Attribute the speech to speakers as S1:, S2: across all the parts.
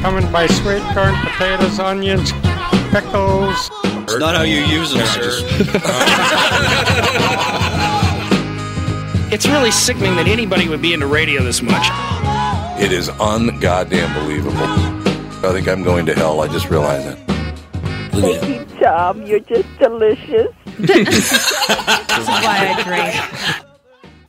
S1: coming by sweet corn, potatoes, onions, pickles.
S2: It's not how you use them, sir.
S3: It's really sickening that anybody would be into radio this much.
S4: It is ungoddamn believable. I think I'm going to hell. I just realized it.
S5: Thank you, Tom. You're just delicious.
S6: This is why I drink.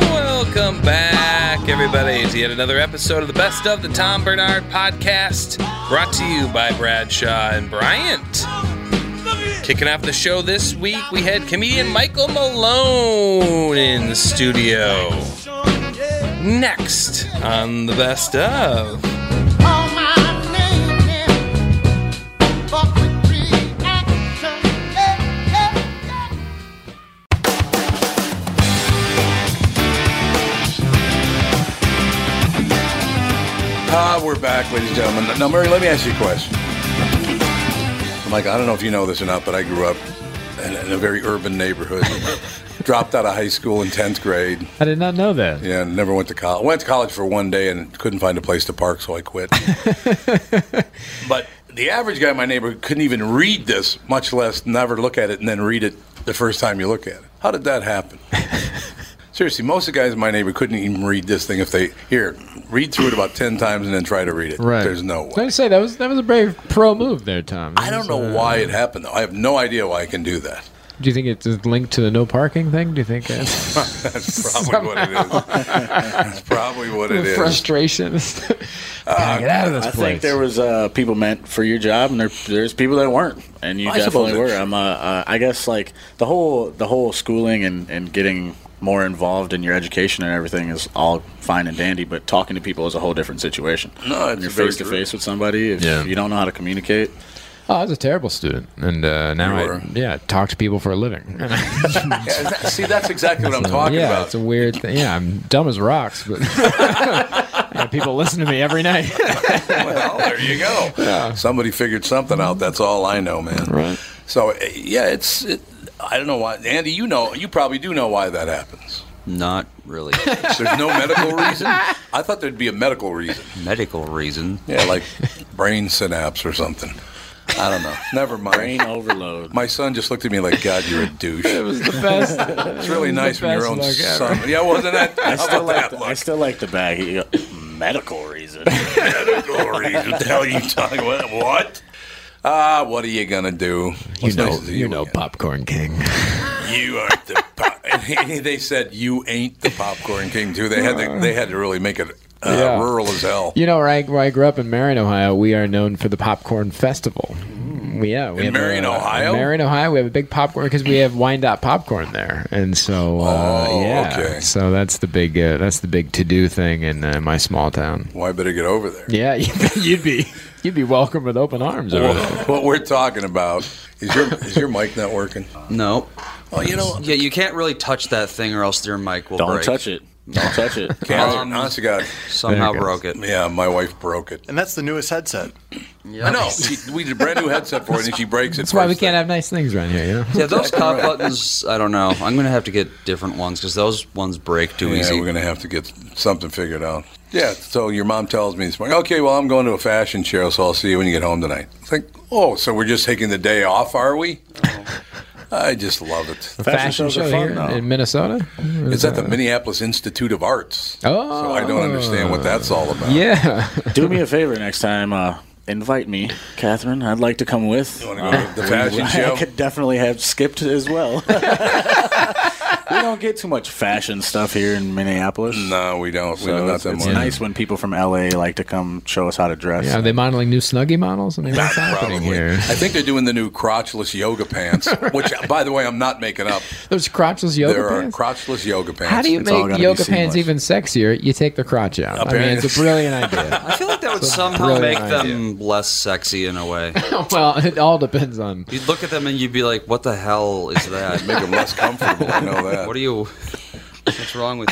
S7: Welcome back, everybody, to yet another episode of the Best of the Tom Bernard Podcast, brought to you by Bradshaw and Bryant. Kicking off the show this week, we had comedian Michael Malone in the studio. Next on the Best of.
S4: Ah, we're back, ladies and gentlemen. Now, Murray, let me ask you a question. Mike, I don't know if you know this or not, but I grew up in, in a very urban neighborhood. Dropped out of high school in 10th grade.
S8: I did not know that.
S4: Yeah, and never went to college. Went to college for one day and couldn't find a place to park, so I quit. but the average guy in my neighborhood couldn't even read this, much less never look at it and then read it the first time you look at it. How did that happen? Seriously, most of the guys in my neighborhood couldn't even read this thing if they here read through it about ten times and then try to read it.
S8: Right.
S4: There's no
S8: Let
S4: way.
S8: me say that was that was a brave pro move there, Tom.
S4: I don't know why it happened though. I have no idea why I can do that.
S8: Do you think it's linked to the no parking thing? Do you think uh,
S4: That's probably what it is. That's probably what it is. Uh,
S8: frustration? Gotta get out of this
S3: I
S8: place.
S3: think there was uh, people meant for your job, and there, there's people that weren't, and you
S4: I suppose
S3: definitely
S4: it-
S3: were. I'm, uh, uh, I guess, like the whole the whole schooling and, and getting more involved in your education and everything is all fine and dandy, but talking to people is a whole different situation.
S4: No,
S3: When
S4: it's
S3: you're
S4: very
S3: face to
S4: true.
S3: face with somebody. If
S8: Yeah.
S3: you don't know how to communicate,
S8: oh, I was a terrible student, and uh, now
S4: You were.
S8: I yeah talk to people for a living.
S4: Yeah, is that- see, that's exactly what I'm talking
S8: yeah,
S4: about.
S8: it's a weird thing. Yeah, I'm dumb as rocks, but Yeah, people listen to me every night.
S4: well, there you go. Somebody figured something out. That's all I know, man.
S8: Right.
S4: So eh, yeah, it's. It, I don't know why, Andy. You know, you probably do know why that happens.
S9: Not really.
S4: There's no medical reason. I thought there'd be a medical reason.
S9: Medical reason.
S4: Yeah, like brain synapse or something. I don't know. Never mind. Brain
S3: overload.
S4: My son just looked at me like, "God, you're a douche." It was
S3: the best.
S4: It's really
S3: It was
S4: nice
S3: the
S4: when your
S3: best
S4: own
S3: look ever.
S4: son. Yeah, wasn't that?
S3: I
S4: how
S3: still
S4: about
S3: like
S4: that
S3: the,
S4: look?
S3: I still like the bag. You go, medical reason.
S4: medical reason. What the hell are you talking about? What? Ah, what are you gonna do?
S10: You
S4: What's
S10: know,
S4: nice is
S10: you know, Popcorn King.
S4: You aren't the. Pop- they said you ain't the popcorn king too. They had to, they had to really make it uh,
S8: Yeah.
S4: rural as hell.
S8: You know, where I, where I grew up in Marion, Ohio, we are known for the popcorn festival. We, yeah, we
S4: In
S8: have
S4: Marion,
S8: a,
S4: Ohio?
S8: Uh, in Marion, Ohio, we have a big popcorn because we have Wyandotte popcorn there, and so uh,
S4: Oh,
S8: yeah,
S4: okay.
S8: so that's the big uh, that's the big to do thing in uh, my small town.
S4: Well, I better get over there.
S8: Yeah, you'd be you'd be welcome with open arms. Over
S4: Well,
S9: Oh.
S8: there.
S4: what we're talking about is your is your mic not working?
S9: No.
S4: Oh, you know.
S9: Yeah, you can't really touch that thing, or else your mic will
S4: Don't
S9: break. Um,
S4: touch
S3: it. Don't touch it.
S4: Can't-
S8: Um,
S4: honest to God,
S9: somehow There it broke it.
S4: Yeah, my wife broke it.
S11: And that's the newest headset.
S4: I know. She, we did a brand new headset for it, and she breaks it.
S8: That's why we can't have nice things around here. You know?
S9: Yeah, those top buttons. I don't know. I'm gonna have to get different ones because those ones break too
S4: Yeah,
S9: easy.
S4: we're gonna have to get something figured out. Yeah. So your mom tells me this morning, okay, well, I'm going to a fashion show, so I'll see you when you get home tonight. It's like, oh, so we're just taking the day off, are we? Oh. I just love it.
S8: The fashion, show here in Minnesota.
S4: It's at the Minneapolis Institute of Arts.
S8: Oh.
S4: So I don't understand what that's all about.
S8: Yeah.
S3: Do me a favor next time. Uh, invite me, Catherine. I'd like to come with. uh, You
S4: want to go to the fashion show?
S3: I could definitely have skipped as well. we don't get too much fashion stuff here in Minneapolis.
S4: No, we don't.
S3: So
S4: we don't. Not
S3: it's,
S4: that
S3: it's
S4: much.
S3: nice when people from LA like to come show us how to dress.
S8: Yeah, are they modeling new Snuggie models? I mean, what's happening
S4: Probably.
S8: here?
S4: I think they're doing the new crotchless yoga pants, which, by the way, I'm not making up.
S8: There's crotchless yoga
S4: there
S8: pants.
S4: are crotchless yoga pants.
S8: How do you make yoga pants even sexier? You take the crotch out. I mean, it's a brilliant idea.
S9: I feel like that would
S8: It's a
S9: somehow make
S8: brilliant
S9: them less sexy in a way.
S8: well, it all depends on.
S9: You'd look at them and you'd be like, "What the hell is that?"
S4: Make them less comfortable. I know that.
S9: What are you? What's wrong with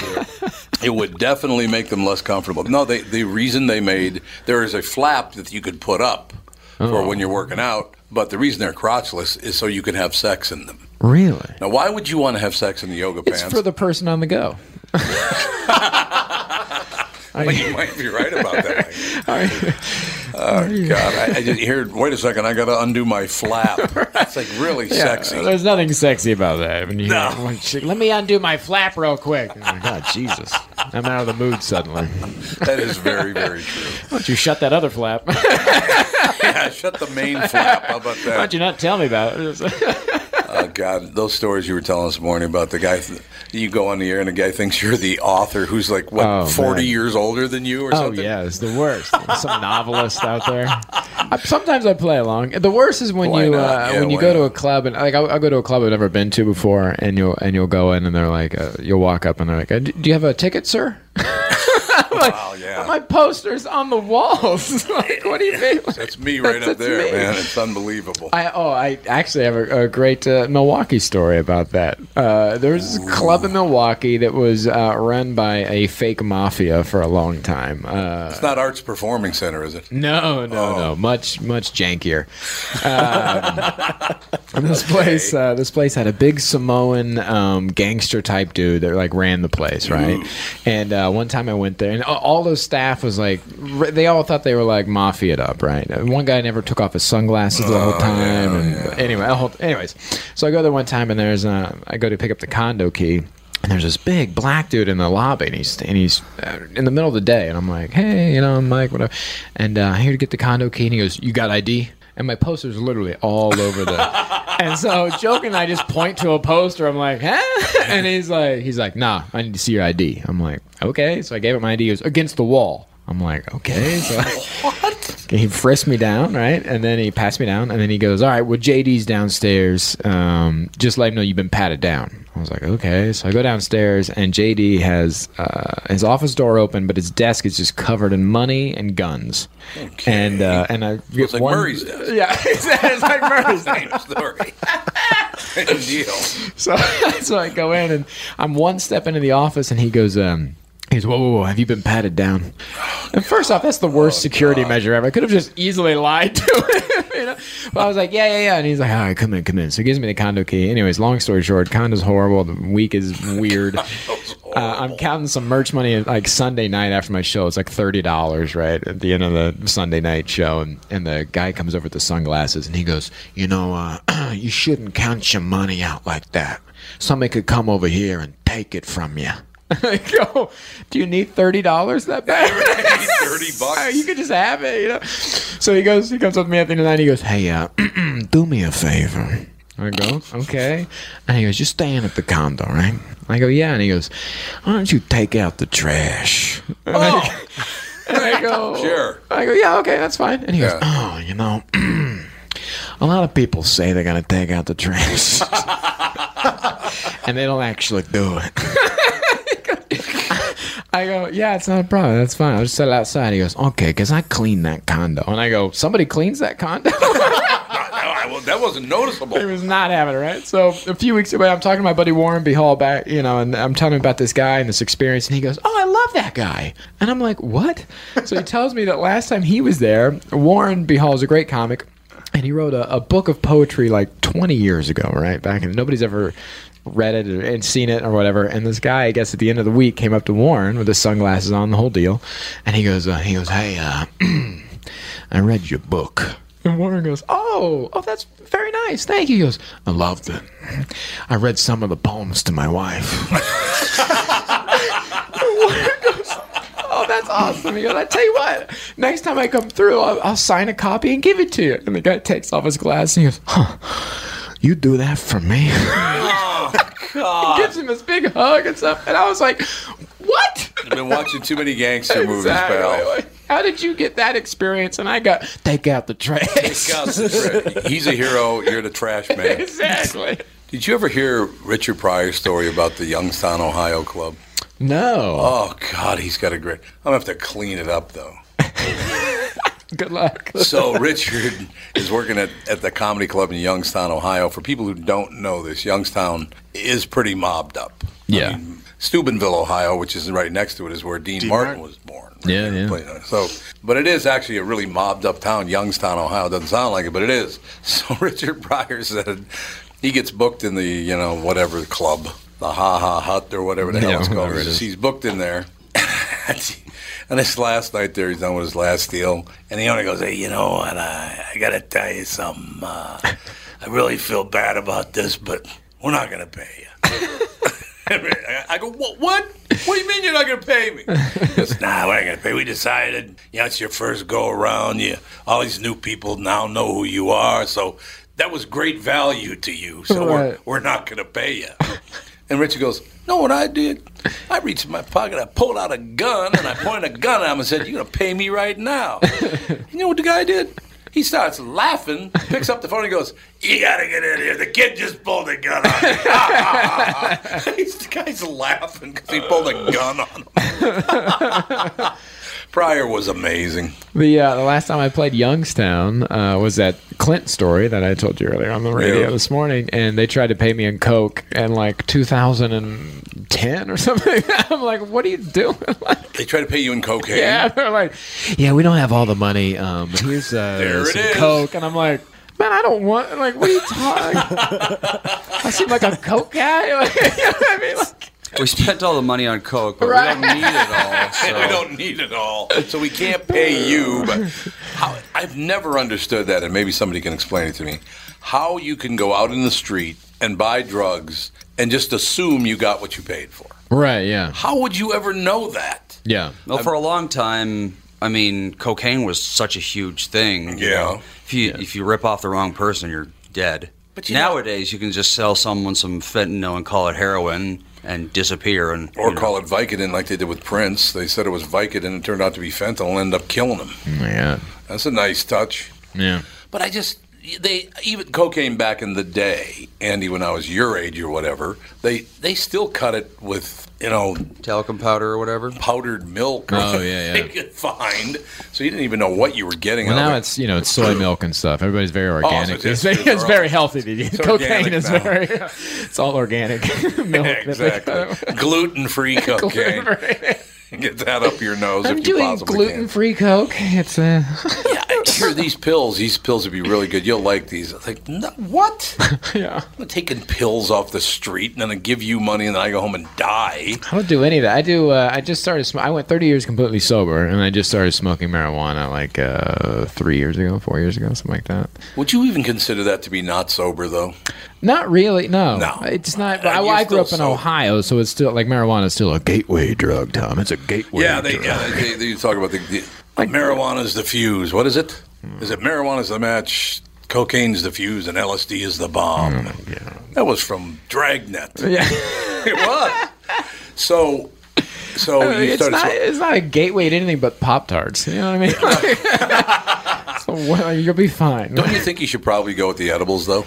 S9: you?
S4: It would definitely make them less comfortable. No, they, the reason they made there is a flap that you could put up for
S8: Oh.
S4: when you're working out, but the reason they're crotchless is so you can have sex in them.
S8: Really?
S4: Now, why would you want to have sex in the yoga
S8: It's
S4: pants?
S8: for the person on the go. I
S4: Well, you might be right about that. Mike.
S8: I-
S4: oh God! I, I just here. Wait a second! I got to undo my flap. That's like really
S8: Yeah,
S4: sexy.
S8: There's nothing sexy about that. When you
S4: No.
S8: hear one chick, Let me undo my flap real quick. Oh, my God, Jesus. I'm out of the mood suddenly.
S4: That is very, very true.
S8: Why don't you shut that other flap? Why
S4: yeah, shut the main flap. How about that?
S8: don't you not tell me about it?
S4: Oh God, those stories you were telling this morning about the guy. Th- you go on the air and the guy thinks you're the author who's like what
S8: Oh,
S4: 40
S8: man.
S4: years older than you or
S8: oh
S4: something.
S8: yeah, it's the worst. Some novelist out there. I, sometimes I play along. The worst is when
S4: Why
S8: you
S4: not?
S8: uh,
S4: Yeah,
S8: when you
S4: why
S8: go to a club and like I'll, I'll go to a club I've never been to before, and you'll and you'll go in and they're like uh, you'll walk up and they're like, "Uh, "Do do you have a ticket, sir?" I'm like,
S4: Wow, yeah.
S8: My poster's on the walls. like, what do you mean?
S4: That's me right
S8: That's-
S4: up there,
S8: that's me.
S4: man. It's unbelievable.
S8: I oh I actually have a, a great uh, Milwaukee story about that. Uh, there was this club in Milwaukee that was uh, run by a fake mafia for a long time. Uh,
S4: it's not Arts Performing Center, is it?
S8: no, no,
S4: Oh.
S8: no, much much jankier. Um, and this place, uh, this place had a big Samoan um, gangster type dude that like ran the place, right? And uh, one time I went there, and a- all those staff was like, r- they all thought they were like mafiaed up, right? And One guy never took off his sunglasses the whole time. and anyway, I'll hold- anyways, so I go there one time, and there's uh, I go to pick up the condo key. And there's this big black dude in the lobby, and he's and he's uh, in the middle of the day, and I'm like, hey, you know, I'm Mike, whatever, and uh, here to get the condo key, and he goes, you got ID? And my poster's literally all over the, and so Joke and I just point to a poster. I'm like, huh? And he's like, he's like, nah, I need to see your ID. I'm like, okay. So I gave him my ID. He goes against the wall. I'm like, okay. So I, he frisked me down, right? And then he passed me down, and then he goes, "All right, well, JD's downstairs. Um, just let him know you've been patted down." I was like, "Okay." So I go downstairs, and JD has uh, his office door open, but his desk is just covered in money and guns. And uh, and I get
S4: It's like
S8: one-
S4: Murray's desk.
S8: Yeah, it's like Murray's
S4: Same story. Same deal.
S8: so so I go in and I'm one step into the office and he goes, um, He's whoa, whoa, whoa! Have you been patted down? and first off, that's the worst security measure ever. I could have just easily lied to him. You know? But I was like, yeah, yeah, yeah, and he's like, all right, come in, come in. So he gives me the condo key. Anyways, long story short, condo's horrible. The week is weird. Uh, I'm counting some merch money like Sunday night after my show. It's like thirty dollars, right, at the end of the Sunday night show, and, and the guy comes over with the sunglasses and he goes, you know, uh, you shouldn't count your money out like that. Somebody could come over here and take it from you. I go, do you need thirty dollars that bad?
S4: Thirty bucks.
S8: You could just have it, you know. So he goes, he comes up to me at the end of the night. He goes, "Hey, uh, do me a favor." I go, "Okay." And he goes, "You're staying at the condo, right?" I go, "Yeah." And he goes, "Why don't you take out the trash?" And I, and I go,
S4: Sure.
S8: I go, "Yeah, okay, that's fine." And he goes,
S4: Yeah.
S8: "Oh, you know, a lot of people say they're gonna take out the trash, and they don't actually do it." I go, yeah, it's not a problem. That's fine. I'll just set it outside. He goes, okay, because I clean that condo. And I go, somebody cleans that condo?
S4: I, well, that wasn't noticeable.
S8: he was not having it, right? So a few weeks away, I'm talking to my buddy Warren B. Hall back, you know, and I'm telling him about this guy and this experience. And he goes, oh, I love that guy. And I'm like, what? So he tells me that last time he was there, Warren B. Hall is a great comic. And he wrote a, a book of poetry like 20 years ago, right? Back in, nobody's ever read it or, and seen it or whatever. And this guy, I guess, at the end of the week came up to Warren with his sunglasses on, the whole deal, and he goes, uh, he goes, hey, uh, I read your book. And Warren goes, oh, oh, that's very nice, thank you. He goes, I loved it. I read some of the poems to my wife. Oh, that's awesome. He goes, I tell you what, next time I come through, I'll, I'll sign a copy and give it to you. And the guy takes off his glass and he goes, huh, you do that for me?
S4: ah, God.
S8: He gives him this big hug and stuff. And I was like, what?
S4: You've been watching too many gangster movies,
S8: Exactly.
S4: pal.
S8: Like, How did you get that experience? And I got, take out the trash.
S4: He's a hero. You're the trash man.
S8: exactly.
S4: Did you ever hear Richard Pryor's story about the Youngstown, Ohio club?
S8: No.
S4: Oh God, he's got a great. I'm gonna have to clean it up though.
S8: Good luck.
S4: so Richard is working at, at the comedy club in Youngstown, Ohio. For people who don't know this, Youngstown is pretty mobbed up.
S8: Yeah.
S4: Steubenville, Ohio, which is right next to it, is where Dean, Martin, was born.
S8: Yeah, yeah.
S4: Play on it. So, but it is actually a really mobbed up town, Youngstown, Ohio. Doesn't sound like it, but it is. So Richard Pryor said he gets booked in the you know whatever club, the Ha Ha Hut or whatever the
S8: Yeah,
S4: hell it's called.
S8: whatever it is.
S4: He's booked in there. And this last night there, he's done with his last deal, and he only goes, "Hey, you know what? I, I gotta tell you something. Uh, I really feel bad about this, but we're not gonna pay you." I go, "What? What? What do you mean you're not gonna pay me?" He goes, nah, we're not gonna pay. We decided, you know, it's your first go around. You, all these new people now know who you are, so that was great value to you. So we're,
S8: Right.
S4: we're not gonna pay you. And Richard goes, "No, what I did? I reached in my pocket, I pulled out a gun, and I pointed a gun at him and said, "You're gonna pay me right now." you know what the guy did? He starts laughing, picks up the phone, and goes, "You gotta get in here. The kid just pulled a gun on me." He's- the guy's laughing because he pulled a gun on him. Pryor was amazing.
S8: The uh, the last time I played Youngstown uh, was that Clint story that I told you earlier on the radio
S4: Yeah.
S8: this morning, and they tried to pay me in coke in like 2010 or something. I'm like, what are you doing?
S4: They try to pay you in cocaine.
S8: yeah, they're like, yeah, we don't have all the money. Um, here's uh,
S4: There it
S8: some
S4: is.
S8: coke, and I'm like, man, I don't want. Like, what are you talking? I seem like a coke guy. Like, you know what I mean? Like,
S9: We spent all the money on Coke, but
S8: Right.
S9: we don't need it all. So.
S4: we don't need it all. So we can't pay you. But how, I've never understood that, and maybe somebody can explain it to me. How you can go out in the street and buy drugs and just assume you got what you paid for.
S8: right? Yeah,
S4: How would you ever know that?
S8: yeah.
S9: Well, for a long time, I mean, cocaine was such a huge thing. you
S4: Yeah.
S9: know. If you if you rip off the wrong person, you're dead. But nowadays, you can just sell someone some fentanyl and call it heroin and disappear and
S4: Or call it Vicodin like they did with Prince. They said it was Vicodin. It turned out to be fentanyl and ended up killing him.
S8: Yeah,
S4: That's a nice touch.
S8: yeah.
S4: But I just they even cocaine back in the day, Andy, when I was your age or whatever, they they still cut it with you know
S9: talcum powder or whatever,
S4: powdered milk. or
S8: Oh, yeah,
S4: they
S8: yeah.
S4: could find. So you didn't even know what you were getting.
S8: Well,
S4: out
S8: now
S4: of it.
S8: it's you know it's soy milk and stuff. Everybody's very
S4: so
S8: organic.
S4: it's- it's
S8: it's, very- it's
S4: all-
S8: very healthy. It's
S4: organic
S8: Cocaine is
S4: now.
S8: very. It's all organic milk.
S4: exactly gluten free cocaine. get that up your nose
S8: I'm
S4: if you
S8: doing
S4: possibly can.
S8: gluten free Coke. It's uh,
S4: Here, these pills. These pills would be really good. You'll like these. I was like, no, what?
S8: yeah.
S4: I'm taking pills off the street and then I give you money and then I go home and die.
S8: I don't do any of that. I do. Uh, I just started. Sm- I went 30 years completely sober, and I just started smoking marijuana like uh, three years ago, four years ago, something like that.
S4: Would you even consider that to be not sober though?
S8: Not really. No,
S4: No.
S8: it's not.
S4: Uh,
S8: I,
S4: you're
S8: I grew
S4: still
S8: up in
S4: sober.
S8: Ohio, so it's still like marijuana is still a gateway drug, Tom. It's a gateway.
S4: yeah, they, yeah, they, they, they talk about the, the marijuana's the fuse. What is it?
S8: Hmm.
S4: Is it marijuana's the match? Cocaine's the fuse and LSD is the bomb. That was from Dragnet.
S8: Hmm, Yeah.
S4: it was. So, so
S8: I mean,
S4: Oh, you
S8: Uh, it's
S4: started.
S8: not.
S4: sm-
S8: It's not a gateway to anything but Pop Tarts. You know what I mean? so well, you'll be fine.
S4: don't you think you should probably go with the edibles though?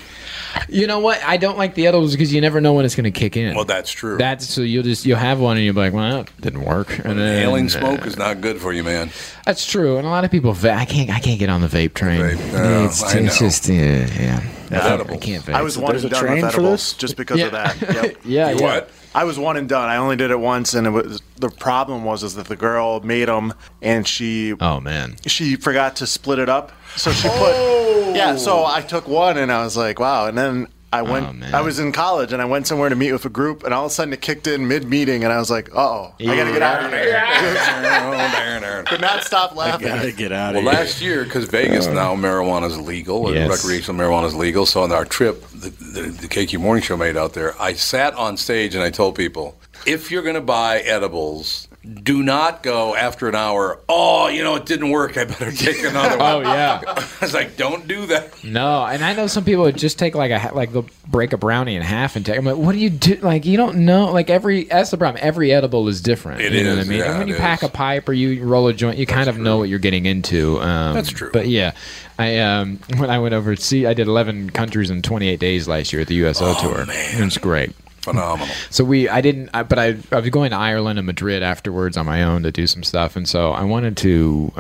S8: You know what? I don't like the edibles because you never know when it's going to kick in.
S4: Well, that's true.
S8: That's so you'll just you'll have one and you'll be like, well, that didn't work. And then,
S4: Inhaling smoke
S8: uh,
S4: is not good for you, man.
S8: That's true, and a lot of people. Va- I can't. I can't get on the vape train.
S4: no,
S8: it's,
S4: I
S8: it's
S4: know.
S8: just uh, yeah.
S10: Yeah.
S8: I, I can't vape.
S10: I was one and done with edibles just because of
S8: Yeah.
S10: that. Yep.
S8: Yeah, You yeah. what?
S10: I was one and done. I only did it once, and it was the problem was is that the girl made them, and she
S8: oh man,
S10: she forgot to split it up, so she put yeah. So I took one, and I was like, wow, and then. I
S8: Oh,
S10: went. I was in college, and I went somewhere to meet with a group, and all of a sudden it kicked in mid meeting, and I was like, "Oh, I gotta get out of here." Could not stop laughing.
S3: get out
S4: Well, last year, because
S8: Uh,
S4: Vegas now marijuana is legal, or
S3: Yes.
S4: recreational marijuana is legal. So on our trip, the, the, the KQ Morning Show made out there, I sat on stage and I told people, if you're going to buy edibles, do not go after an hour. Oh, you know, it didn't work. I better take another one.
S8: Oh, yeah.
S4: I was like, don't do that.
S8: No, and I know some people would just take like a ha- like they'll break a brownie in half and take. I'm like, what do you do? Like you don't know. Like every that's the problem. Every edible is different.
S4: It
S8: you know
S4: is,
S8: what I mean?
S4: yeah,
S8: and when
S4: it
S8: you pack a pipe or you roll a joint, you kind of know what you're getting into. Um,
S4: That's true.
S8: But yeah, I um, when I went over to see, I did 11 countries in 28 days last year at the USO tour. Man. It was great.
S4: Oh, Phenomenal.
S8: So we, I didn't, I, but I, I was going to Ireland and Madrid afterwards on my own to do some stuff, and so I wanted to,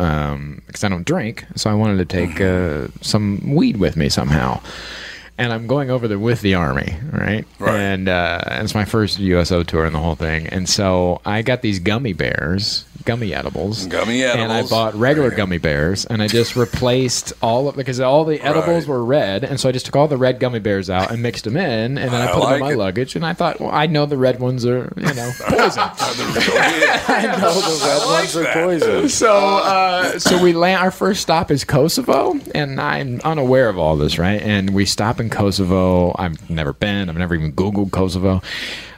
S8: because I don't drink, so I wanted to take
S4: Mm-hmm.
S8: uh, some weed with me somehow. And I'm going over there with the army, right? Right. And uh, it's my first USO tour and the whole thing, and so I got these gummy bears, gummy edibles,
S4: Gummy
S8: and I
S4: edibles.
S8: bought regular gummy bears, and I just replaced all of because all the edibles were red, and so I just took all the red gummy bears out and mixed them in, and then I,
S4: I
S8: put them
S4: like
S8: in my
S4: it.
S8: luggage, and I thought, well, I know the red ones are, you know, poison.
S4: I
S8: know the
S4: red ones are poison.
S8: so, uh, so we land. Our first stop is Kosovo, and I'm unaware of all this, right? And we stop in Kosovo. I've never been. I've never even Googled Kosovo.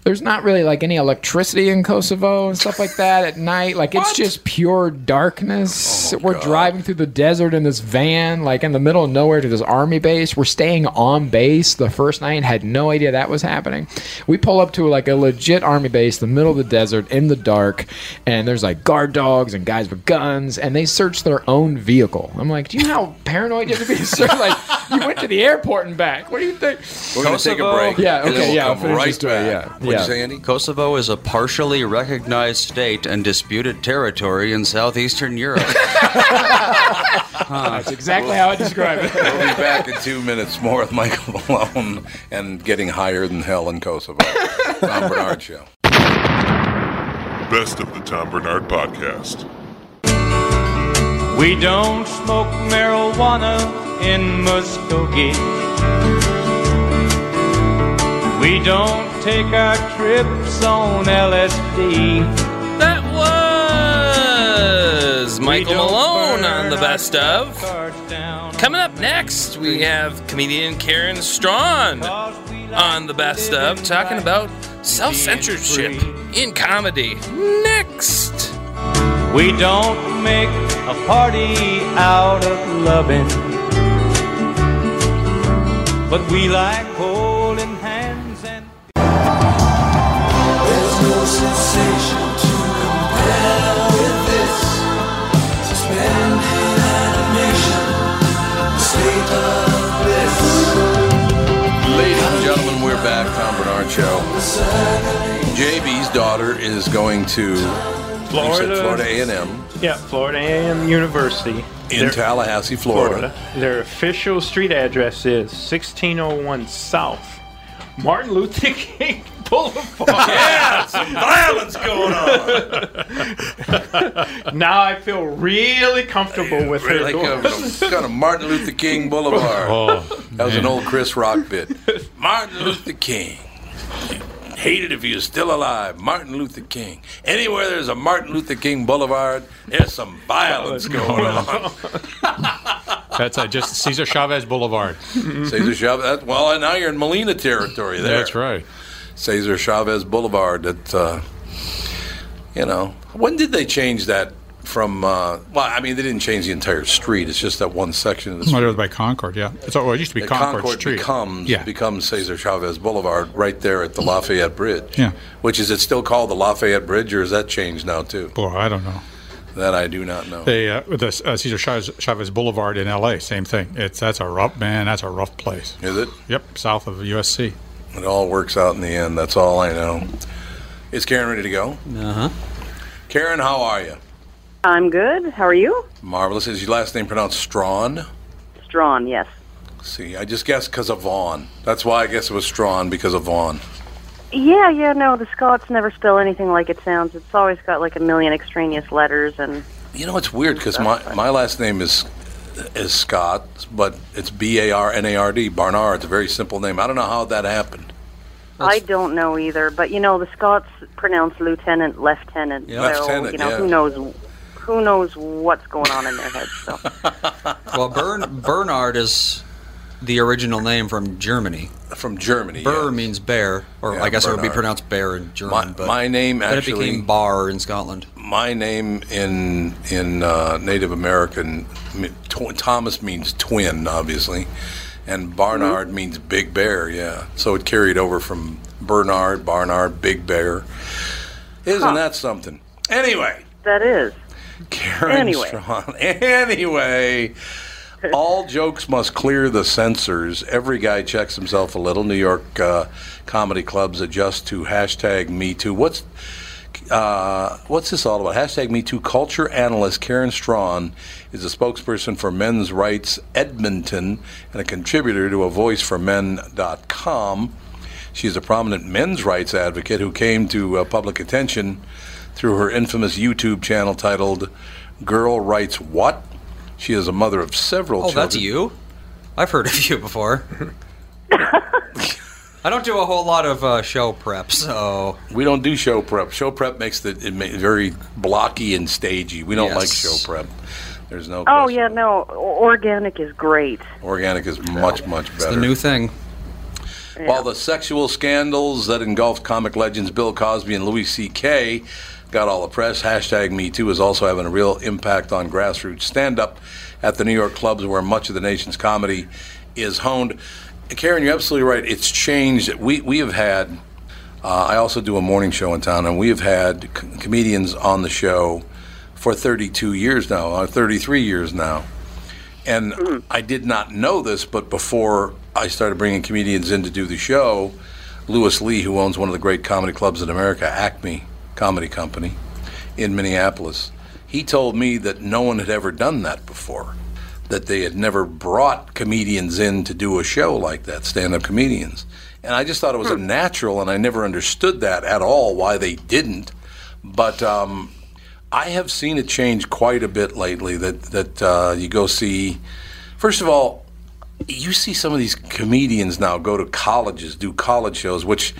S8: There's not really like any electricity in Kosovo and stuff like that at night. Like it's just pure darkness. We're driving through the desert in this van, like in the middle of nowhere to this army base. We're staying on base the first night. Had no idea that was happening. We pull up to like a legit army base, the middle of the desert, in the dark, and there's like guard dogs and guys with guns, and they search their own vehicle. I'm like, do you know how paranoid you have to be? Sir? Like you went to the airport and back. What do you think?
S4: We're going to take a break.
S8: Yeah.
S9: And then
S8: Okay.
S9: we'll
S8: Yeah. I'll
S9: come
S8: finish
S9: right
S8: this story,
S9: back.
S8: Yeah.
S9: What'd you
S8: yeah.
S9: say, Andy? Kosovo is a partially recognized state and disputed territory in southeastern Europe.
S8: That's exactly how I describe it.
S4: We'll be back in two minutes more with Michael Malone and getting higher than hell in Kosovo. Tom Bernard Show.
S11: Best of the Tom Bernard Podcast.
S12: We don't smoke marijuana in Muskogee. We don't take our trips on LSD.
S7: That was Michael Malone on the best of. Coming up next, we have comedian Karen Strawn on the best of, talking about self censorship in comedy. Next.
S12: We don't make a party out of loving. But we like holding hands and
S13: There's no sensation to compare with this suspended animation, a state of bliss.
S4: Ladies and gentlemen, we're back. Tom Bernard Show. JB's daughter is going to you said
S1: Florida.
S4: Florida A&M
S1: Yeah, Florida A&M University.
S4: in
S1: Their-
S4: Tallahassee, Florida.
S1: Their official street address is 1601 South
S12: oh Martin Luther King Boulevard.
S13: Yeah, some violence going
S12: on. now I feel really comfortable with
S4: Really
S12: it.
S4: like a, kind of Martin Luther King Boulevard. that was an old Chris Rock bit. Martin Luther King. Hated if he was still alive. Martin Luther King. Anywhere there's a Martin Luther King Boulevard, there's some violence going on.
S14: That's uh, just Cesar Chavez Boulevard.
S4: Cesar Chavez. Well, and now you're in Molina territory there.
S14: That's right.
S4: Cesar Chavez Boulevard. That uh, you know, when did they change that from? Uh, well, I mean, they didn't change the entire street. It's just that one section of the
S14: It's
S4: street.
S14: not over by Concord, yeah. It's, oh, it used to be
S4: And
S14: Concord, Street.
S4: becomes
S14: yeah. Mm.
S4: becomes Cesar Chavez Boulevard right there at the Lafayette Bridge.
S14: Yeah.
S4: Which is it still called the Lafayette Bridge, or is that changed now too?
S14: Boy, I don't know.
S4: That I do not know.
S14: They uh, with the uh, Cesar Chavez, Chavez Boulevard in L.A. Same thing. It's that's a rough man. That's a rough place.
S4: Is it?
S14: Yep, south of USC.
S4: It all works out in the end. That's all I know. Is Karen ready to go?
S9: Uh huh.
S4: Karen, how are you?
S15: I'm good. How are you?
S4: Marvelous. Is your last name pronounced Strawn?
S15: Strawn, yes.
S4: See, I just guessed because of Vaughn. That's why I guess it was Strawn because of Vaughn.
S15: Yeah, yeah, no, the Scots never spell anything like it sounds. It's always got like a million extraneous letters and
S4: You know, it's weird because my, my last name is is Scott, but it's B A R N A R D, Barnard. It's a very simple name. I don't know how that happened.
S15: I don't know either, but you know the Scots pronounce lieutenant lieutenant.
S4: Yeah.
S15: so
S4: Lieutenant,
S15: you know
S9: yeah.
S15: who knows who knows what's going on in their heads. So
S9: Well, Bern, Bernard is the original name from Germany.
S4: From Germany.
S9: Burr means bear, or
S4: Yeah,
S9: I guess it would be
S4: Bernard.
S9: pronounced bear in German.
S4: My,
S9: but
S4: my name
S9: but
S4: actually
S9: it became bar in Scotland.
S4: My name in in uh, Native American m- tw- Thomas means twin, obviously, and
S15: Mm-hmm.
S4: Barnard means big bear. Yeah, so it carried over from Bernard, Barnard, Big Bear. Isn't
S15: Huh.
S4: that something? Anyway,
S15: that is.
S4: Karen
S15: Anyway.
S4: Strawn. Anyway, all jokes must clear the censors. Every guy checks himself a little. New York uh, comedy clubs adjust to hashtag Me Too. What's uh, what's this all about? Hashtag Me Too culture analyst Karen Strawn is a spokesperson for Men's Rights Edmonton and a contributor to a voice for men.com. She is a prominent men's rights advocate who came to uh, public attention through her infamous YouTube channel titled Girl Writes What? She is a mother of several
S9: Oh,
S4: children.
S9: that's you. I've heard of you before. I don't do a whole lot of uh, show prep, so
S4: we don't do show prep. Show prep makes the, it ma- very blocky and stagey. We don't like
S9: Yes.
S4: show prep. There's no
S15: Oh yeah, no, o- organic is great.
S4: Organic is much, much better.
S9: new thing.
S4: While the sexual scandals that engulfed comic legends Bill Cosby and Louis C.K. got all the press, hashtag Me Too is also having a real impact on grassroots stand up at the New York clubs where much of the nation's comedy is honed. Karen, you're absolutely right. It's changed. We, we have had, uh, I also do a morning show in town, and we have had co- comedians on the show for 32 years now, or 33 years now. And I did not know this, but before I started bringing comedians in to do the show, Lewis Lee, who owns one of the great comedy clubs in America, Acme Comedy Company in Minneapolis, he told me that no one had ever done that before, that they had never brought comedians in to do a show like that, stand up comedians. And I just thought it was unnatural, and I never understood that at all, why they didn't. But um, I have seen it change quite a bit lately. That that uh, you go see. First of all, you see some of these comedians now go to colleges, do college shows. Which,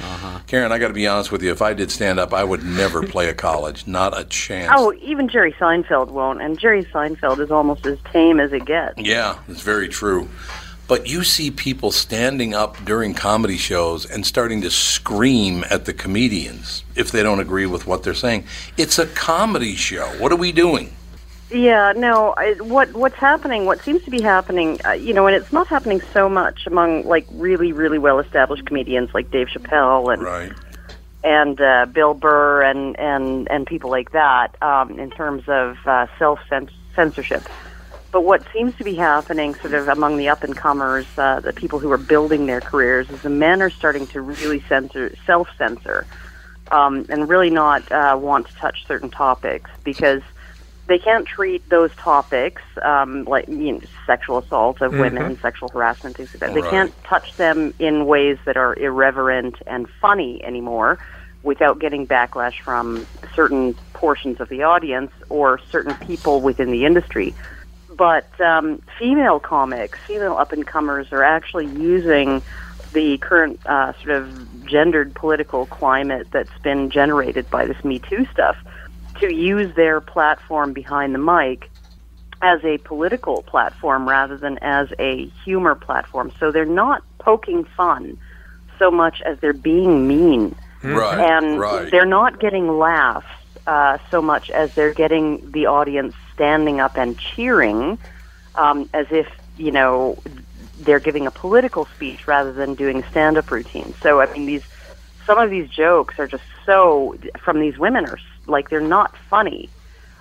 S4: Karen, I got to be honest with you. If I did stand up, I would never play a college. Not a chance.
S15: Oh, even Jerry Seinfeld won't, and Jerry Seinfeld is almost as tame as it gets.
S4: Yeah, it's very true. But you see people standing up during comedy shows and starting to scream at the comedians if they don't agree with what they're saying. It's a comedy show. What are we doing?
S15: Yeah, no. I, what what's happening? What seems to be happening? Uh, you know, and it's not happening so much among like really, really well-established comedians like Dave Chappelle and and uh, Bill Burr and and and people like that um, in terms of uh, self censorship. But what seems to be happening, sort of among the up and comers, uh, the people who are building their careers, is the men are starting to really censor, self censor, um, and really not uh, want to touch certain topics because they can't treat those topics um, like you know, sexual assault of women,
S16: Mhm.
S15: sexual harassment, things like that. They
S16: Right.
S15: can't touch them in ways that are irreverent and funny anymore without getting backlash from certain portions of the audience or certain people within the industry. But um, female comics, female up and comers, are actually using the current uh, sort of gendered political climate that's been generated by this Me Too stuff to use their platform behind the mic as a political platform rather than as a humor platform. So they're not poking fun so much as they're being mean.
S13: Mm-hmm. Right,
S15: And
S13: right.
S15: they're not getting laughs uh, so much as they're getting the audience standing up and cheering um, as if, you know, they're giving a political speech rather than doing stand up routines. So, I mean, these some of these jokes are just so from these women are s- like they're not funny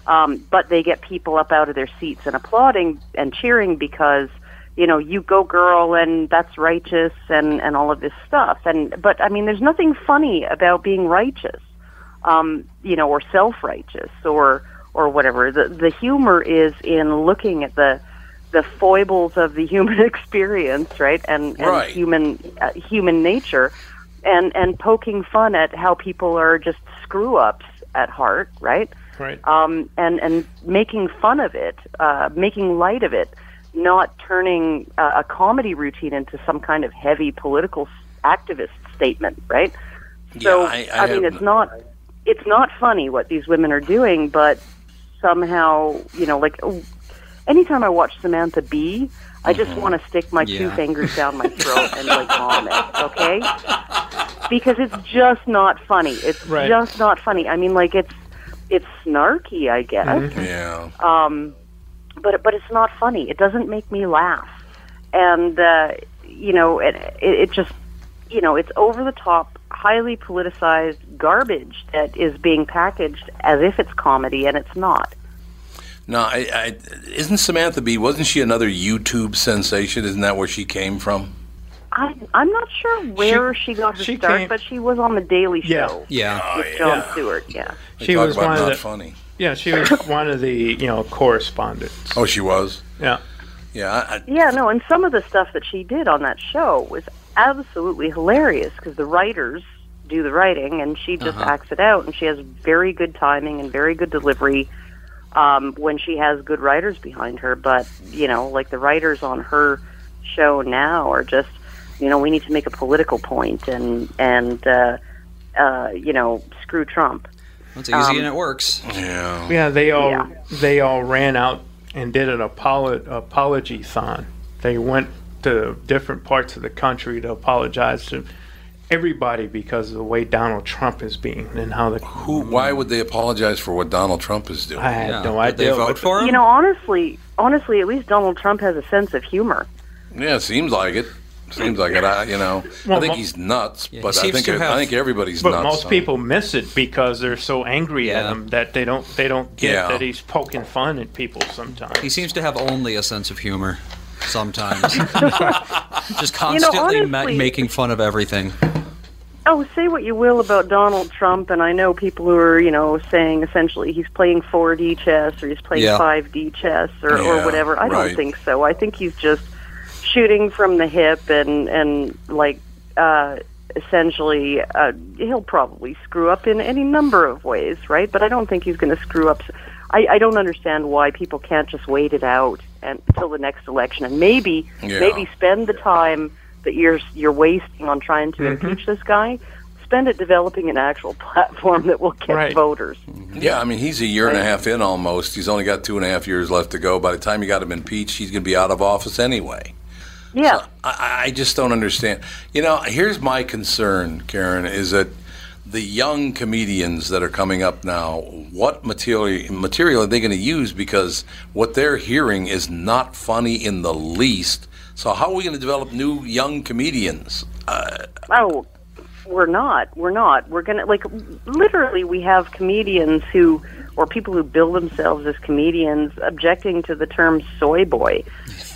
S15: um, but they get people up out of their seats and applauding and cheering because you know you go girl and that's righteous and and all of this stuff and but i mean there's nothing funny about being righteous um you know or self righteous or or whatever the the humor is in looking at the the foibles of the human experience right and, and
S13: Right.
S15: human uh, human nature and and poking fun at how people are just screw ups at heart right
S13: Right.
S15: um, and and making fun of it, uh, making light of it, not turning uh, a comedy routine into some kind of heavy political s- activist statement, right? So
S13: Yeah, I- I
S15: mean,
S13: have-
S15: it's not it's not funny what these women are doing, but somehow you know, like oh, anytime I watch Samantha Bee, I just want to stick my two
S13: Mm-hmm. Yeah.
S15: fingers down my throat and like vomit, okay? Because it's just not funny. It's
S13: Right.
S15: just not funny. I mean, like it's it's snarky, I guess.
S13: Mm-hmm.
S4: Yeah.
S15: Um, but but it's not funny. It doesn't make me laugh, and uh, you know, it, it it just you know, it's over the top, highly politicized garbage that is being packaged as if it's comedy, and it's not.
S4: No, I, I isn't Samantha Bee? Wasn't she another YouTube sensation? Isn't that where she came from?
S15: I, I'm not sure where she, got her start, but she was on the Daily
S4: Yeah.
S15: Show.
S4: Yeah. Oh,
S15: with Jon
S4: yeah.
S15: Stewart. Yeah,
S4: They
S16: She
S4: talk
S16: was
S4: about
S16: one of
S4: not
S16: the-
S4: funny.
S16: Yeah, she was one of the you know correspondents.
S4: Oh, she was.
S16: Yeah.
S4: Yeah. I, I,
S15: yeah, no, and some of the stuff that she did on that show was absolutely hilarious because the writers do the writing, and she just
S13: Uh-huh.
S15: acts it out, and she has very good timing and very good delivery um, when she has good writers behind her. But you know, like the writers on her show now are just, you know, we need to make a political point and and uh, uh, you know, screw Trump.
S9: That's easy
S15: Um,
S9: and it works.
S4: Yeah.
S16: Yeah, they all
S15: Yeah.
S16: they all ran out and did an apolo- apology thon. They went to different parts of the country to apologize to everybody because of the way Donald Trump is being and how the
S4: Who? Why would they apologize for what Donald Trump is doing?
S16: I had Yeah. no Did they idea vote what-
S15: You know, honestly, honestly, at least Donald Trump has a sense of humor.
S4: Yeah, seems like it. Seems like it. I, you know, I
S16: Well,
S4: think
S16: mo-
S4: he's nuts,
S16: Yeah, he
S4: but I
S16: seems
S4: think
S16: to
S4: it- I
S16: have-
S4: think everybody's
S16: but
S4: nuts.
S16: most
S4: on-
S16: people miss it because they're so angry at him that they don't they don't get
S9: Yeah.
S16: that he's poking fun at people sometimes.
S9: He seems to have only a sense of humor sometimes. Just
S15: You know,
S9: constantly ma-
S15: honestly-
S9: making fun of everything.
S15: Oh, say what you will about Donald Trump, and I know people who are, you know, saying essentially he's playing 4D chess or he's playing
S9: Yeah.
S15: 5D chess or,
S9: Yeah,
S15: or whatever. I
S9: right.
S15: don't think so. I think he's just shooting from the hip and and like uh, essentially uh, he'll probably screw up in any number of ways, right? But I don't think he's going to screw up. s- I, I don't understand why people can't just wait it out and, until the next election and maybe
S13: Yeah.
S15: maybe spend the time that you're you're wasting on trying to impeach this guy. Spend it developing an actual platform that will get voters.
S4: Yeah, I mean, he's a year and a half in almost. He's only got two and a half years left to go. By the time you got him impeached, he's going to be out of office anyway.
S15: Yeah.
S4: I, I just don't understand. You know, here's my concern, Karen, is that the young comedians that are coming up now, what material material are they going to use? Because what they're hearing is not funny in the least. So how are we going to develop new young comedians? Uh,
S15: Oh, we're not. We're not. We're gonna like literally. We have comedians who, or people who bill themselves as comedians, objecting to the term "soy boy,"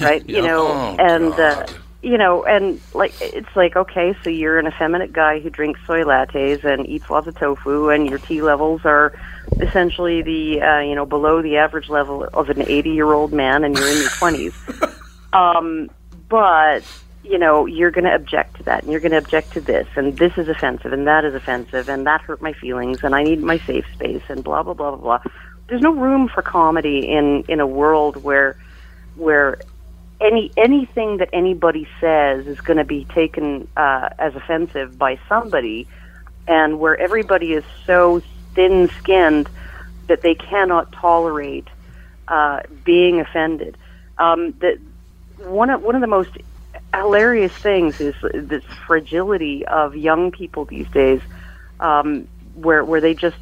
S15: right? You know,
S13: Oh,
S15: and uh, you know, and like it's like okay, so you're an effeminate guy who drinks soy lattes and eats lots of tofu, and your T levels are essentially the uh, you know below the average level of an 80 year old man, and you're in your 20s. Um, but you know, you're going to object to that, and you're going to object to this, and this is offensive, and that is offensive, and that hurt my feelings, and I need my safe space, and blah blah blah blah blah. There's no room for comedy in in a world where where any anything that anybody says is going to be taken uh, as offensive by somebody, and where everybody is so thin-skinned that they cannot tolerate uh, being offended. Um, that one of one of the most hilarious things is this fragility of young people these days, um, where where they just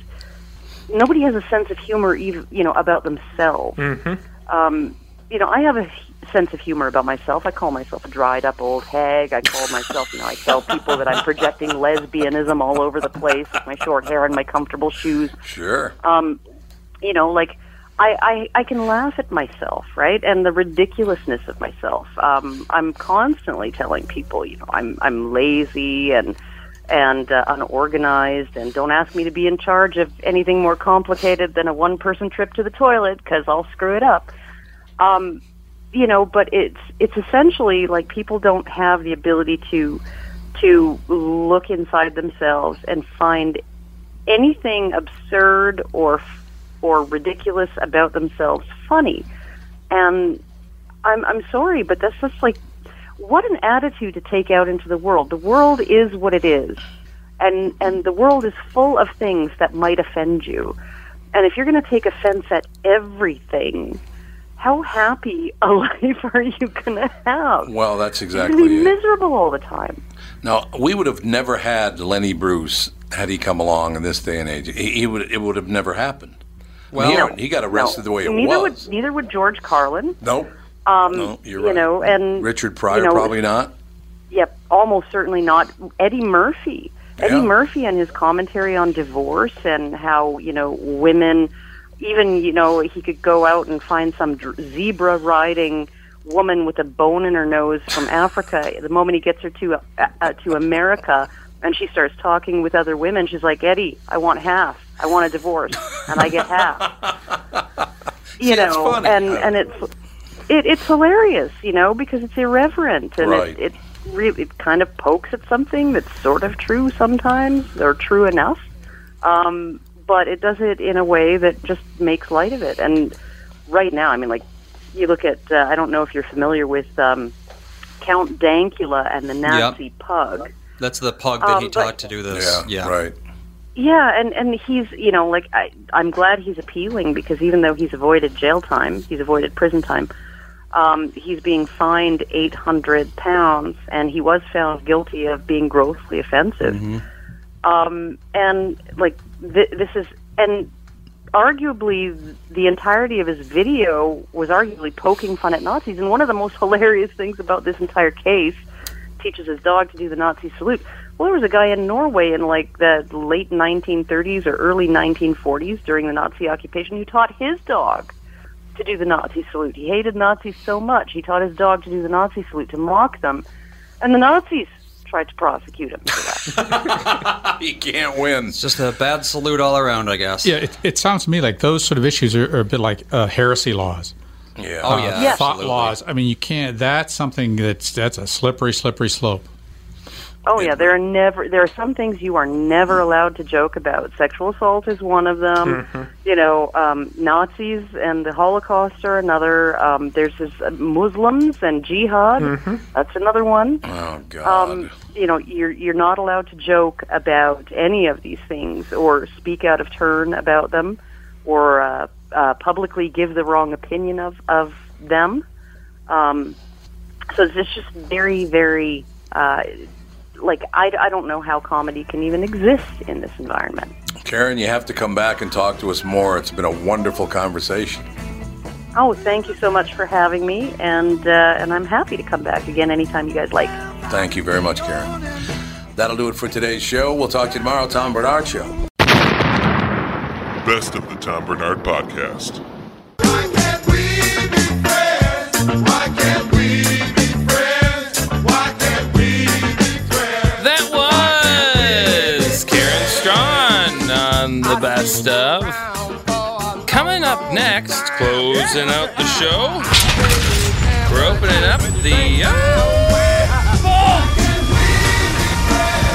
S15: nobody has a sense of humor, even you know, about themselves.
S8: Mm-hmm.
S15: Um, you know, I have a sense of humor about myself. I call myself a dried up old hag. I call myself, you know, I tell people that I'm projecting lesbianism all over the place with my short hair and my comfortable shoes.
S4: Sure.
S15: Um, you know, like I, I I can laugh at myself, right, and the ridiculousness of myself. Um, I'm constantly telling people, you know, I'm I'm lazy and and uh, unorganized, and don't ask me to be in charge of anything more complicated than a one-person trip to the toilet because I'll screw it up. Um, you know, but it's it's essentially like people don't have the ability to to look inside themselves and find anything absurd or or ridiculous about themselves funny. And I'm I'm sorry, but that's just like what an attitude to take out into the world. The world is what it is. And and the world is full of things that might offend you. And if you're going to take offense at everything, how happy a life are you going to have?
S4: Well, that's
S15: You're going to be
S4: exactly it.
S15: miserable all the time.
S4: Now, we would have never had Lenny Bruce had he come along in this day and age. He, he would it would have never happened. Well,
S15: No.
S4: he, got arrested the way it
S15: neither
S4: was.
S15: would neither would George Carlin.
S4: No,
S15: Um,
S4: No, you're
S15: you
S4: right.
S15: know, and
S4: Richard Pryor
S15: you know,
S4: probably not.
S15: Yep, almost certainly not. Eddie Murphy. Eddie
S4: Yeah.
S15: Murphy and his commentary on divorce and how, you know, women, even, you know, he could go out and find some dr- zebra riding woman with a bone in her nose from Africa. The moment he gets her to, uh, uh, to America and she starts talking with other women, she's like, Eddie, I want half. I want a divorce. And I get half. you
S13: that's
S15: know,
S13: funny. Uh,
S15: and, and it's, it, it's hilarious, you know, because it's irreverent and
S13: Right.
S15: it, it really it kind of pokes at something that's sort of true sometimes or true enough, um, but it does it in a way that just makes light of it. And right now, I mean, like you look at uh, I don't know if you're familiar with um, Count Dankula and the Nazi pug.
S9: That's the pug that he
S15: Um, but-
S9: taught to do this. Yeah,
S4: right.
S15: Yeah, and and he's you know like I I'm glad he's appealing because even though he's avoided jail time, he's avoided prison time. Um, he's being fined 800 pounds, and he was found guilty of being grossly offensive.
S13: Mm-hmm.
S15: Um, and like th- this is and arguably the entirety of his video was arguably poking fun at Nazis. And one of the most hilarious things about this entire case teaches his dog to do the Nazi salute. Well, there was a guy in Norway in like the late 1930s or early 1940s during the Nazi occupation who taught his dog to do the Nazi salute. He hated Nazis so much, he taught his dog to do the Nazi salute to mock them. And the Nazis tried to prosecute him.
S4: he can't win. It's
S9: just a bad salute all around, I guess.
S14: Yeah, it, it sounds to me like those sort of issues are, are a bit like uh, heresy laws. Uh,
S9: Yeah. Oh, yeah, Yes.
S14: thought
S9: absolutely.
S14: laws. I mean, you can't. That's something that's that's a slippery, slippery slope.
S15: Oh yeah, there are never there are some things you are never allowed to joke about. Sexual assault is one of them.
S8: Mm-hmm.
S15: You know, um, Nazis and the Holocaust are another. Um, there's this uh, Muslims and jihad.
S8: Mm-hmm.
S13: Mhm.
S15: That's another one.
S4: Oh God.
S15: Um, you know, you're you're not allowed to joke about any of these things or speak out of turn about them, or uh, uh, publicly give the wrong opinion of of them. Um, so it's just very, very uh, like I, I don't know how comedy can even exist in this environment.
S4: Karen, you have to come back and talk to us more. It's been a wonderful conversation.
S15: Oh, thank you so much for having me, and uh, and I'm happy to come back again anytime you guys like.
S4: Thank you very much, Karen. That'll do it for today's show. We'll talk to you tomorrow. Tom Bernard Show.
S11: Best of the Tom Bernard Podcast.
S13: Why
S7: of. Coming up next, closing out the show, we're opening up the. uh,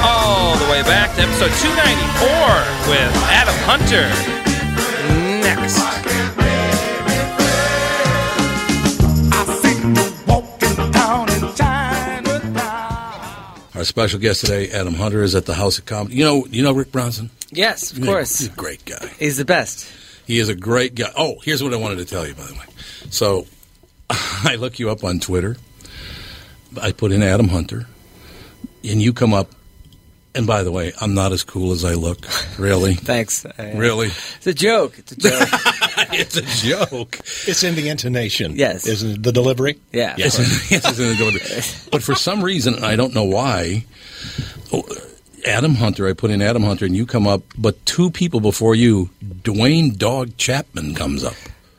S7: all the way back to episode 294 with Adam Hunter. Next.
S4: Our special guest today, Adam Hunter, is at the House of Comedy. You know, you know Rick Bronson.
S17: Yes, of
S4: He's a-
S17: course.
S4: he's a great guy.
S17: He's the best.
S4: He is a great guy. Oh, here's what I wanted to tell you, by the way. So, I look you up on Twitter. I put in Adam Hunter, and you come up. And by the way, I'm not as cool as I look. Really?
S17: Thanks.
S4: Really?
S17: It's a joke. It's a joke.
S4: it's a joke.
S18: It's in the intonation.
S17: Yes.
S18: Isn't it? The delivery?
S17: Yeah.
S4: Yes, yes, it's in the delivery. But for some reason, and I don't know why, oh, Adam Hunter, I put in Adam Hunter and you come up, but two people before you, Dwayne Dog Chapman comes up.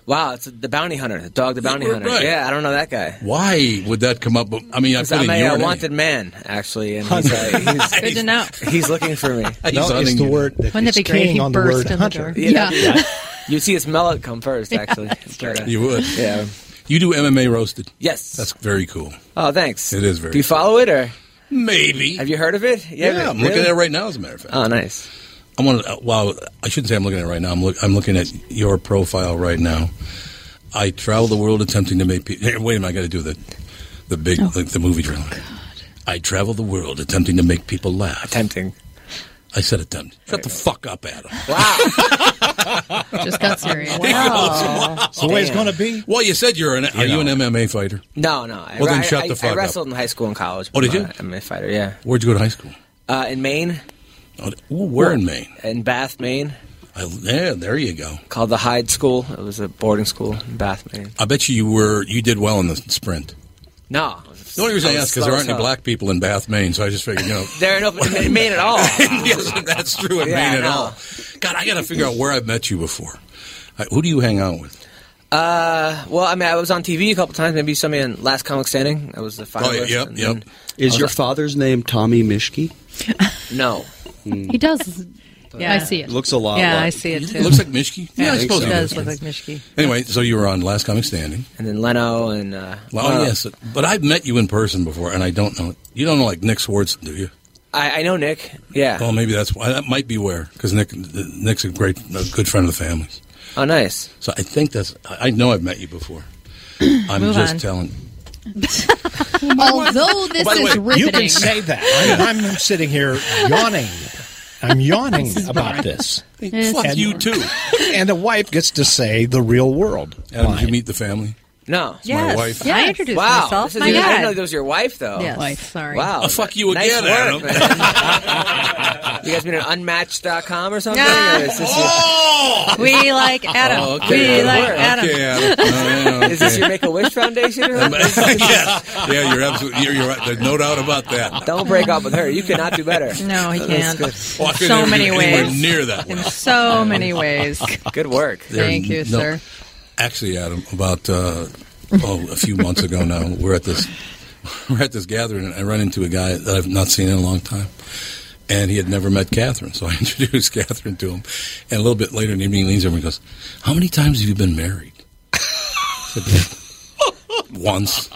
S17: Wow, it's the bounty hunter, the dog, the bounty
S4: Right.
S17: hunter. Yeah, I don't know that guy.
S4: Why would that come up? I mean, I
S17: He's-
S4: put in
S17: I'm a
S4: your
S17: uh,
S4: name.
S17: wanted man, actually, and he's, uh, he's
S19: Good to know.
S17: he's looking for me.
S18: No, it's the word that
S19: Wouldn't
S18: is
S19: that be great?
S18: king
S19: He
S18: on the
S19: burst
S18: word
S19: in the
S18: hunter.
S19: door. Yeah. Yeah.
S17: You'd see his mullet come first, actually. But, uh,
S4: You would.
S17: Yeah.
S4: You do MMA roasted.
S17: Yes.
S4: That's very cool.
S17: Oh, thanks.
S4: It is very
S17: Do you follow it or?
S4: Maybe.
S17: Have you heard of it?
S4: Yeah, I'm looking at it
S17: really?
S4: right now, as a matter of fact.
S17: Oh, nice.
S4: I'm on. uh, Well, I shouldn't say I'm looking at it right now. I'm, look, I'm looking at your profile right now. I travel the world attempting to make people. Wait a minute, I got to do the the big like the movie trailer. I travel the world attempting to make people laugh.
S17: Attempting.
S4: I said attempt. Shut the fuck up, Adam.
S19: Just got serious.
S4: That's
S19: the way it's
S4: to be. Well, you said you're an. Are you an MMA fighter?
S17: No, no. I,
S4: Well, then
S17: I-
S4: shut
S17: I-
S4: the fuck
S17: I
S4: up.
S17: wrestled in high school and college.
S4: Oh, did you?
S17: I'm a fighter, yeah.
S4: Where'd you go to high school?
S17: Uh, in Maine.
S4: Oh, where in Maine?
S17: In Bath, Maine.
S4: I, yeah, there you go.
S17: Called the Hyde School. It was a boarding school in Bath, Maine.
S4: I bet you you were. You did well in the sprint.
S17: No.
S4: The only reason I
S17: was
S4: asked because there
S17: slow
S4: aren't
S17: as
S4: any
S17: hell.
S4: black people in Bath, Maine. So I just figured, you know.
S17: There are no in Maine at all.
S4: yes, that's true in Maine at all. God, I got to figure out where I've met you before. Uh, who do you hang out with?
S17: Uh, well, I mean, I was on TV a couple times. Maybe somebody in Last Comic Standing. I was the
S4: Oh,
S17: finalist.
S2: Oh,
S17: and then-
S2: Is your father's name Tommy Mishke? Hmm.
S17: No.
S19: He does. Yeah. I see it.
S2: Looks a lot
S19: Yeah,
S2: like-
S19: I see it too.
S4: It looks like Mishki.
S19: Yeah,
S4: I
S19: it
S4: suppose
S19: does
S4: is.
S19: look like Mishki.
S4: Anyway, so you were on Last Comic Standing.
S17: And then Leno and. Uh,
S4: Well, oh, yes, but I've met you in person before, and I don't know. You don't know like Nick Swartzen, do you?
S17: I, I know Nick. Yeah.
S4: Well, maybe that's why. That might be where because Nick Nick's a great, a good friend of the family's.
S17: Oh, nice.
S4: So I think that's. I I know I've met you before. I'm
S19: Move
S4: just
S19: on.
S4: telling.
S19: Although this
S4: By the
S19: is
S4: way,
S19: riveting.
S18: You can say that. I'm, I'm sitting here yawning. I'm yawning about this.
S19: Yes.
S4: Fuck
S18: And-
S4: you too.
S18: And the wife gets to say the real world.
S4: Adam, did you meet the family?
S17: No.
S18: It's my Yes. wife.
S19: Yes. I introduced
S17: wow.
S19: myself.
S17: This is
S19: My
S17: your- I
S19: God.
S17: didn't know there was your wife, though.
S19: Yes. Wife, sorry.
S17: Wow.
S19: Oh,
S4: fuck you
S17: Nice
S4: again,
S17: work,
S4: Adam.
S17: man. you guys been on Unmatched.com or something?
S19: Yeah.
S17: Or is this
S4: Oh!
S19: We like Adam.
S17: Oh, okay.
S19: We like
S17: Okay,
S19: Adam.
S4: Adam. Oh, yeah,
S17: Is this
S4: okay.
S17: your Make a Wish Foundation? Or
S4: yes. Yeah, you're absolutely. You're, you're right. There's no doubt about that.
S17: Don't break up with her. You cannot do better.
S19: No, he
S17: That's
S19: can't.
S17: good.
S4: Oh, I couldn't
S19: So
S4: ever
S19: many
S4: do anywhere
S19: ways.
S4: Near that.
S19: In so many ways.
S17: Good work.
S4: There-
S19: Thank you,
S4: no.
S19: sir.
S4: Actually, Adam, about uh, oh, a few months ago now, we're at this we're at this gathering, and I run into a guy that I've not seen in a long time, and he had never met Catherine, so I introduced Catherine to him. And a little bit later in the evening, he leans over and goes, "How many times have you been married?" I said, Once.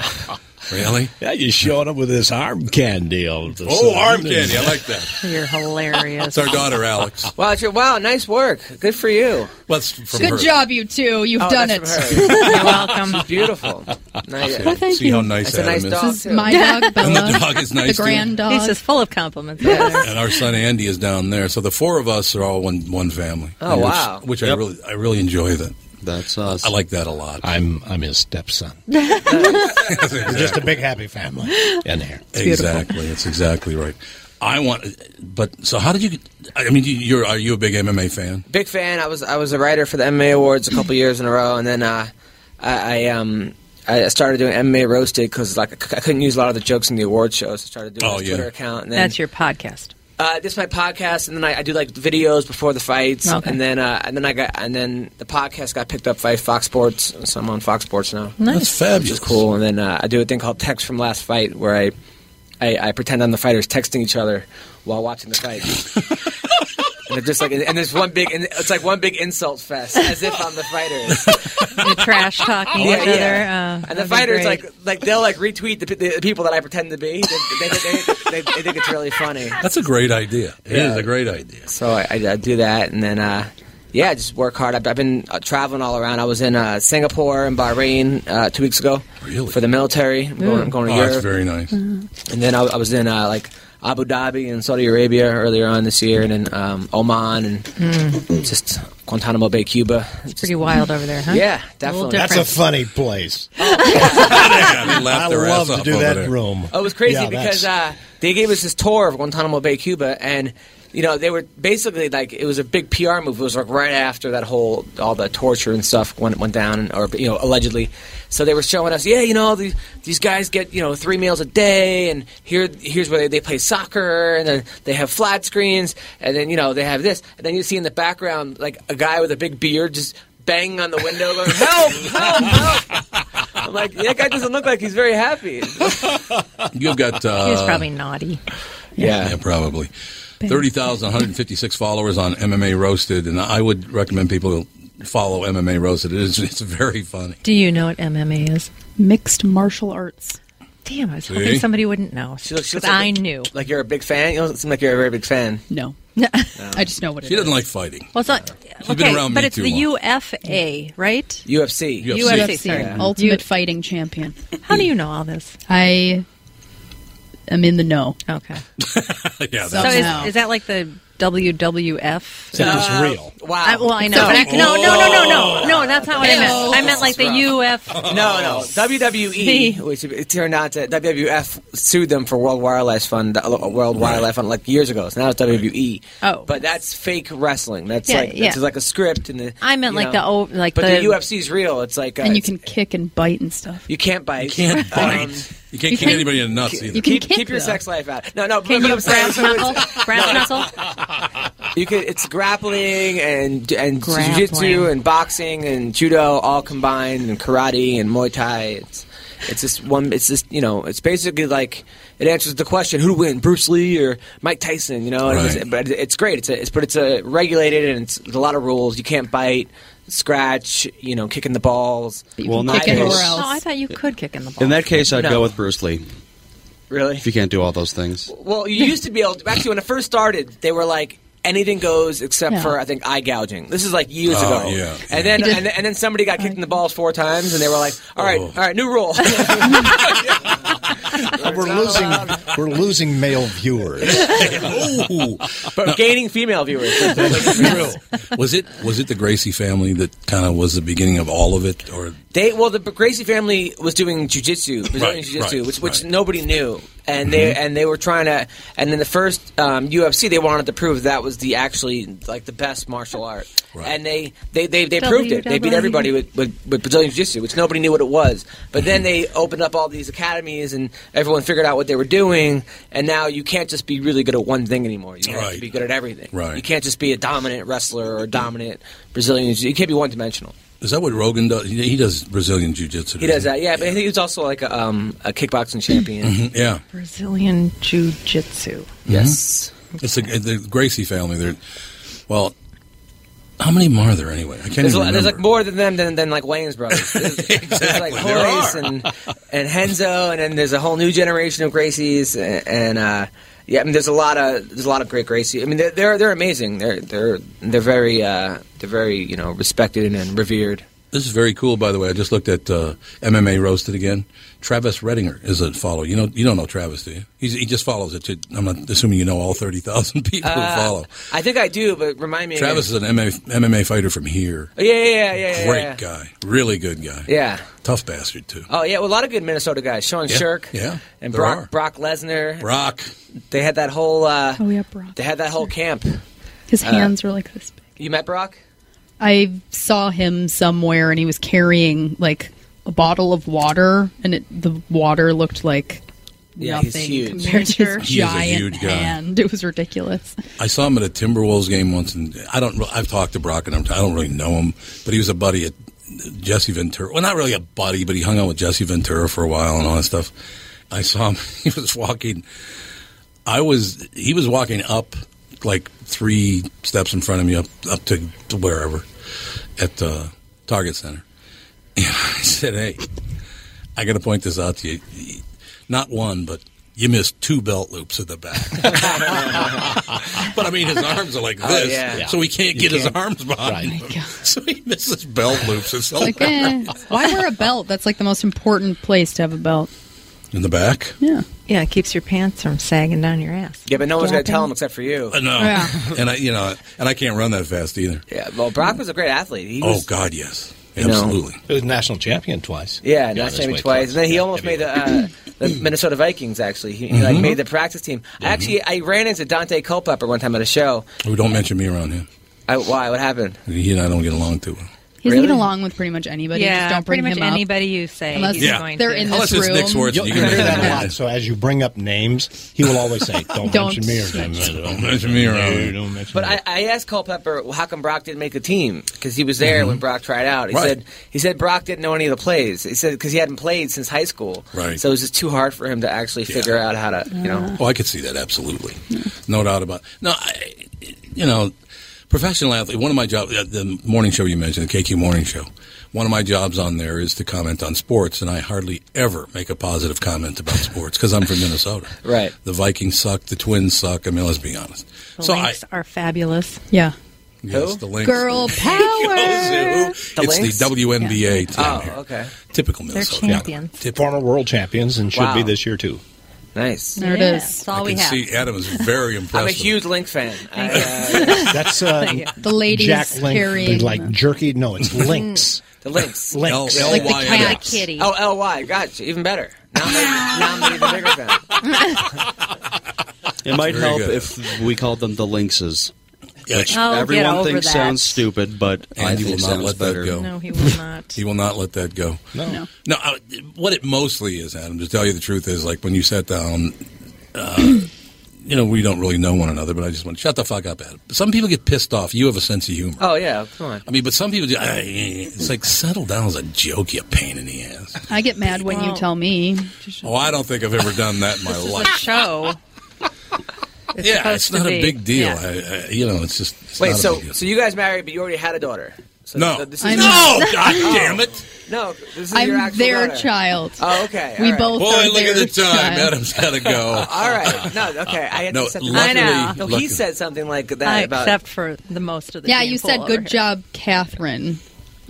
S4: Really?
S18: Yeah, you showed up with this arm can deal.
S4: Oh, arm candy! I like that.
S19: You're hilarious.
S4: It's our daughter, Alex.
S17: Wow, it's your, wow, nice work. Good for you.
S4: What's from
S19: Good
S4: her.
S19: job, you two. You've
S17: Oh,
S19: done it.
S17: that's from her.
S19: You're welcome.
S17: She's beautiful. Nice.
S4: See- Well, thank see how you. nice Adam
S17: That's a
S4: is.
S17: nice
S19: This
S17: dog,
S19: is
S17: too.
S19: my dog, Bella.
S4: And the dog is nice,
S19: The
S4: too.
S19: grand dog. He's just full of compliments. Yeah.
S4: and our son Andy is down there. So the four of us are all one one family.
S19: Oh,
S4: which,
S19: wow.
S4: Which I really I really enjoy that. That's us. I like that a lot.
S18: I'm I'm his stepson. We're just a big happy family in here.
S4: Exactly. It's exactly right. I want, but so how did you? get- I mean, you- you're are you a big MMA fan?
S17: Big fan. I was I was a writer for the MMA Awards a couple years in a row, and then uh, I, I um I started doing MMA roasted because like I c- I couldn't use a lot of the jokes in the awards shows. So I started doing
S4: Oh,
S17: a
S4: yeah.
S17: Twitter account. And then,
S19: That's your podcast.
S17: Uh, this is my podcast, and then I, I do like videos before the fights,
S19: Okay.
S17: and then uh, and then I got and then the podcast got picked up by Fox Sports, so I'm on Fox Sports now.
S19: Nice.
S4: That's fabulous.
S17: Which is cool. And then uh, I do a thing called Text from Last Fight, where I, I I pretend I'm the fighters texting each other while watching the fight. and they're just like, and there's one big, and it's like one big insult fest, as if I'm the fighter.
S20: You're trash talking
S17: Yeah,
S20: each other.
S17: yeah.
S19: Uh,
S20: Oh,
S17: and the
S20: that'd be
S17: fighters
S20: great.
S17: like, like they'll like retweet the, pe- the people that I pretend to be. They, they, they, they, they, they think it's really funny.
S4: That's a great idea. It is
S17: Yeah.
S4: a great idea.
S17: So I, I, I do that, and then uh, yeah, I just work hard. I've, I've been uh, traveling all around. I was in uh, Singapore and Bahrain uh, two weeks ago really? for the military. I'm going, I'm going to
S4: oh,
S17: Europe,
S4: that's very nice.
S17: and then I, I was in uh, like Abu Dhabi and Saudi Arabia earlier on this year, and then um, Oman and
S19: Mm,
S17: just Guantanamo Bay, Cuba.
S20: It's pretty wild over there, huh?
S17: Yeah,
S20: little
S17: definitely.
S18: That's a
S17: different.
S18: funny place.
S4: laugh
S18: I
S4: their
S18: love
S4: ass
S18: to
S4: off
S18: do
S4: over
S18: that
S4: there.
S18: room.
S17: Oh, it was crazy
S18: Yeah,
S17: because
S18: that's-
S17: uh, they gave us this tour of Guantanamo Bay, Cuba, and you know they were basically like it was a big PR move. It was like right after that whole all the torture and stuff went went down, or you know allegedly. So they were showing us, yeah, you know these these guys get you know three meals a day, and here here's where they, they play soccer, and then they have flat screens, and then you know they have this, and then you see in the background like a guy with a big beard just banging on the window, going help, help, help. I'm like, that guy doesn't look like he's very happy.
S4: You've got. Uh,
S20: he was probably naughty.
S4: Yeah, probably. 30,156 followers on MMA Roasted, and I would recommend people follow MMA Roasted. It is, it's very funny.
S20: Do you know what MMA is?
S6: Mixed martial arts.
S20: Damn, I was
S17: See?
S20: hoping somebody wouldn't know.
S17: She looks- she looks
S20: Because I
S17: like a-
S20: knew.
S17: Like you're a big fan? You don't seem like you're a very big fan.
S6: No.
S20: I just know what
S17: She doesn't
S4: like fighting.
S20: Well, it's not.
S17: She's
S20: okay,
S17: been around
S20: but
S17: me
S20: it's
S17: too
S20: the
S17: long.
S20: UFA, right?
S17: UFC.
S20: sorry. Mm-hmm.
S6: Ultimate
S20: You-
S6: Fighting Champion.
S20: How do you know all this?
S6: I am in the know.
S20: Okay.
S4: yeah,
S20: So is, is that like the WWF?
S6: Except it's
S20: Uh,
S6: real.
S17: Wow.
S20: I, well, I know. but I, no, no, no, no,
S6: Oh.
S20: no, no. That's not what I meant. I meant like the UF.
S17: No, no.
S4: E.
S17: E, WWE, which it turned out that WWF sued them for World Wildlife Fund, the- uh, World Wildlife Fund, like years ago. So now it's WWE.
S20: Oh.
S17: E. But that's fake wrestling. That's
S20: Yeah,
S17: like
S20: yeah.
S17: it's like a script and the,
S20: I meant
S17: you
S20: like
S17: know.
S20: the o- like
S17: But
S20: the,
S17: the, UFC's real. It's like uh,
S6: and you
S17: it's-
S6: can kick and bite and stuff.
S17: you can't bite. Um, You
S4: can't bite. you can't
S17: you
S4: kick
S17: can-
S4: anybody in the nuts either.
S17: You keep, keep your sex life out. No, no.
S20: Can
S17: but
S20: you
S17: I'm saying,
S20: brass
S17: so it's-
S20: knuckle? Brass knuckle?
S17: You could. It's grappling and and
S20: Grappling.
S17: jiu-jitsu and boxing and judo all combined and karate and muay thai. It's it's just one. It's just you know. It's basically like it answers the question: Who win, Bruce Lee or Mike Tyson? You know. And it's-
S4: Right.
S17: but it's great. It's, a, it's but it's a regulated and it's a lot of rules. You can't bite, scratch. You know, kicking the balls.
S2: Well, in that case-
S17: Irish.
S20: Oh, I thought you could kick in the ball.
S2: In that case, I'd
S17: No.
S2: go with Bruce Lee.
S17: Really?
S2: If you can't do all those things.
S17: Well, you used to be able. To, actually, when it first started, they were like anything goes except
S2: Yeah.
S17: for I think eye gouging. This is like years
S2: Oh,
S17: ago.
S2: yeah.
S17: And then and, then- and then somebody got kicked in the balls four times, and they were like, "All
S2: Oh.
S17: right, all right, new rule."
S18: we're losing we're losing male viewers.
S17: but gaining female viewers.
S4: was it was it the Gracie family that kind of was the beginning of all of it, or
S17: They well, the Gracie family was doing jujitsu, Brazilian
S4: Right,
S17: jiu-jitsu,
S4: right, Mm-hmm.
S17: which, which nobody knew, and they and they were trying to. And in the first um, UFC, they wanted to prove that was the actually like the best martial art, and they they they, they proved it. They beat
S6: WWE.
S17: everybody with, with, with Brazilian jiu-jitsu, which nobody knew what it was. But
S4: Mm-hmm.
S17: then they opened up all these academies, and everyone figured out what they were doing. And now you can't just be really good at one thing anymore. You have to be good at everything.
S4: Right.
S17: You can't just be a dominant wrestler or a dominant Brazilian. jiu- You can't be one dimensional.
S4: is that what Rogan does? He he does Brazilian jiu jitsu.
S17: He does that, yeah. But he was also like a, um, a kickboxing champion.
S4: Mm-hmm. Yeah.
S20: Brazilian Jiu Jitsu.
S17: Yes.
S4: It's the, the Gracie family. They're well. How many more are there anyway? I can't
S17: There's,
S4: even
S17: a- there's
S4: remember.
S17: like more than them than, than like Wayne's brothers. There's, there's like
S4: there
S17: Horace and and Henzo, and then there's a whole new generation of Gracies, and, and uh, yeah, I mean, there's a lot of there's a lot of great Gracie. I mean, they're they're, they're amazing. They're they're they're very uh, they're very you know respected and revered.
S4: This is very cool, by the way. I just looked at uh, MMA Roasted again. Travis Redinger is a follow. You know, you don't know Travis, do you? He's, he just follows it. To, I'm not assuming you know all thirty thousand people
S17: Uh,
S4: who follow.
S17: I think I do, but remind me.
S4: Travis is an MMA, MMA fighter from here.
S17: Oh, yeah, yeah, yeah, yeah, yeah,
S4: Great
S17: yeah.
S4: guy, really good guy.
S17: Yeah.
S4: tough bastard too.
S17: Oh yeah, well, a lot of good Minnesota guys. Sean
S4: Yeah,
S17: Shirk,
S4: yeah,
S17: and
S4: there
S17: Brock
S4: are.
S17: Brock Lesnar.
S4: Brock.
S17: They had that whole. Uh,
S6: Oh, yeah, Brock.
S17: They had that whole camp.
S6: His
S17: Uh,
S6: hands were like this.
S17: You met Brock?
S6: I saw him somewhere and he was carrying like a bottle of water and it, the water looked like
S17: Yeah, he's
S6: nothing
S17: huge.
S6: compared to his
S4: He is a
S6: giant
S4: huge guy.
S6: hand. It was ridiculous.
S4: I saw him at a Timberwolves game once, and I don't. re- I've talked to Brock, and I'm, I don't really know him, but he was a buddy at Jesse Ventura. Well, not really a buddy, but he hung out with Jesse Ventura for a while and all that stuff. I saw him. He was walking. I was. He was walking up like three steps in front of me up up to, to wherever at the Target Center. And I said, "Hey, I got to point this out to you. Not one, but you missed two belt loops at the back. but I mean, his arms are like
S13: Oh,
S4: this,
S13: yeah.
S4: so he can't
S13: You
S4: get his
S13: can't-
S4: arms behind
S17: Oh
S13: Right.
S4: him. So he misses belt loops. It's
S6: It's like, eh, why wear a belt? That's like the most important place to have a belt.
S4: in the back.
S6: Yeah.
S20: Yeah, it keeps your pants from sagging down your ass.
S17: Yeah, but no one's going to
S20: Dropping.
S17: tell him except for you.
S4: Uh, no,
S17: Yeah.
S4: and I, you know, and I can't run that fast either.
S17: Yeah, well, Oh, Brock was a great athlete. He
S4: Oh
S17: was,
S4: God, yes,
S17: You know.
S4: absolutely.
S18: He was national champion twice.
S17: Yeah,
S18: Yeah,
S17: not
S18: that's
S17: Sammy
S18: way
S17: twice. And then he almost made the, uh, the
S4: Mm-hmm.
S17: Minnesota Vikings. Actually, he, he, like
S4: Mhm.
S17: made the practice team. I actually I ran into Dante Culpepper one time at a show.
S4: Oh, don't mention me around him.
S17: I, why? What happened?
S4: He and I don't get along too well.
S6: He doesn't get
S17: Really?
S6: along with pretty much anybody.
S20: Yeah,
S6: Just don't bring
S20: pretty much
S6: him up.
S20: anybody you say
S6: Unless
S20: he's
S4: Yeah.
S20: going
S6: they're
S20: to.
S6: in
S4: Unless
S6: this
S4: it's
S6: room.
S4: Nick Swartz,
S18: You'll
S4: you
S18: hear
S4: can make
S18: that a
S4: that.
S18: lot. So as you bring up names, he will always say, "Don't,
S17: Don't
S18: mention me." Or something.
S4: Don't mention me around
S18: No,
S4: me.
S18: don't mention
S17: But
S18: me.
S17: I, I asked Culpepper well, how come Brock didn't make the team because he was
S18: Mhm.
S17: there
S4: Mm-hmm.
S17: when Brock tried out. He
S18: Right.
S17: said he said Brock didn't know any of the plays. He said because he hadn't played since high school.
S4: Right.
S17: So it was just too hard for him to actually figure out how to you know.
S4: Oh, I could see that absolutely, no doubt about. No, I, you know, professional athlete. One of my jobs, the morning show you mentioned, the KQ morning show. One of my jobs on there is to comment on sports, and I hardly ever make a positive comment about sports because I'm from Minnesota.
S17: Right.
S4: The Vikings suck. The Twins suck. I mean, let's be honest.
S20: The
S4: so
S20: links are fabulous. Yeah.
S4: Yes, the Lynx.
S20: Girl power.
S4: The it's the WNBA team here.
S17: okay.
S4: Typical
S20: They're
S4: Minnesota.
S20: champions.
S18: Former world champions and should be
S17: Wow.
S18: this year too.
S17: Nice.
S20: There it Yeah, is. that's all
S4: I
S20: we
S4: can
S20: have.
S4: see Adam is very
S17: I'm a
S4: impressed.
S17: huge Link fan. I, uh,
S18: That's uh,
S6: The ladies
S18: Jack Link,
S6: carrying.
S18: like jerky. No, it's
S20: Mm-hmm.
S18: links.
S17: the links.
S4: Oh,
S18: Links. L-
S17: Like the
S18: L-Y-N-X.
S17: cat.
S18: Like
S20: kitty.
S17: Oh, L Y. Gotcha. Even better. Now I'm, now I'm even bigger fan.
S2: It might
S17: Very
S2: help
S17: good.
S2: if we called them the lynxes. Which
S20: Oh, get
S2: everyone
S20: over
S2: thinks
S20: that.
S2: sounds stupid, but I
S4: Andy
S2: think
S4: will not
S2: sounds
S4: let that
S2: better.
S4: go.
S20: No, he will not.
S4: He will not let that go.
S20: No. No.
S4: No. I, what it mostly is, Adam, to tell you the truth, is like when you sat down. Uh, You know, we don't really know one another, but I just want to shut the fuck up, Adam. Some people get pissed off. You have a sense of humor.
S17: Oh yeah, come on.
S4: I mean, but some people, do, "Ah, eh, eh." it's like, settle down is a joke, you pain in the ass.
S6: I get mad when you
S20: Well-
S6: tell me.
S4: Oh, I don't think I've ever done that in my
S20: This is
S4: life.
S20: a show.
S4: yeah, it's
S20: Oh. supposed to
S4: not a
S20: be.
S4: big deal.
S20: Yeah.
S4: I, I, you know, it's just. It's
S17: Wait,
S4: not a
S17: so
S4: big deal.
S17: so you guys married, but you already had a daughter. So
S4: No.
S17: th- this
S4: I'm-
S17: is
S4: No, God damn it!
S17: No, this is your
S6: I'm
S17: actual
S6: their
S17: daughter.
S6: child.
S17: Oh, okay.
S6: We
S17: all right.
S6: both
S4: Boy,
S6: are
S4: look
S6: their
S4: at the time.
S6: child.
S4: Adam's got to go.
S17: All right. No, okay. I had
S4: No,
S17: to accept
S4: luckily- I know.
S17: No,
S4: luckily-
S17: he said something like that
S20: I
S17: about.
S20: accept for the most of the
S6: Yeah,
S20: team
S6: you said
S20: pool
S6: good
S20: over here.
S6: job, Catherine,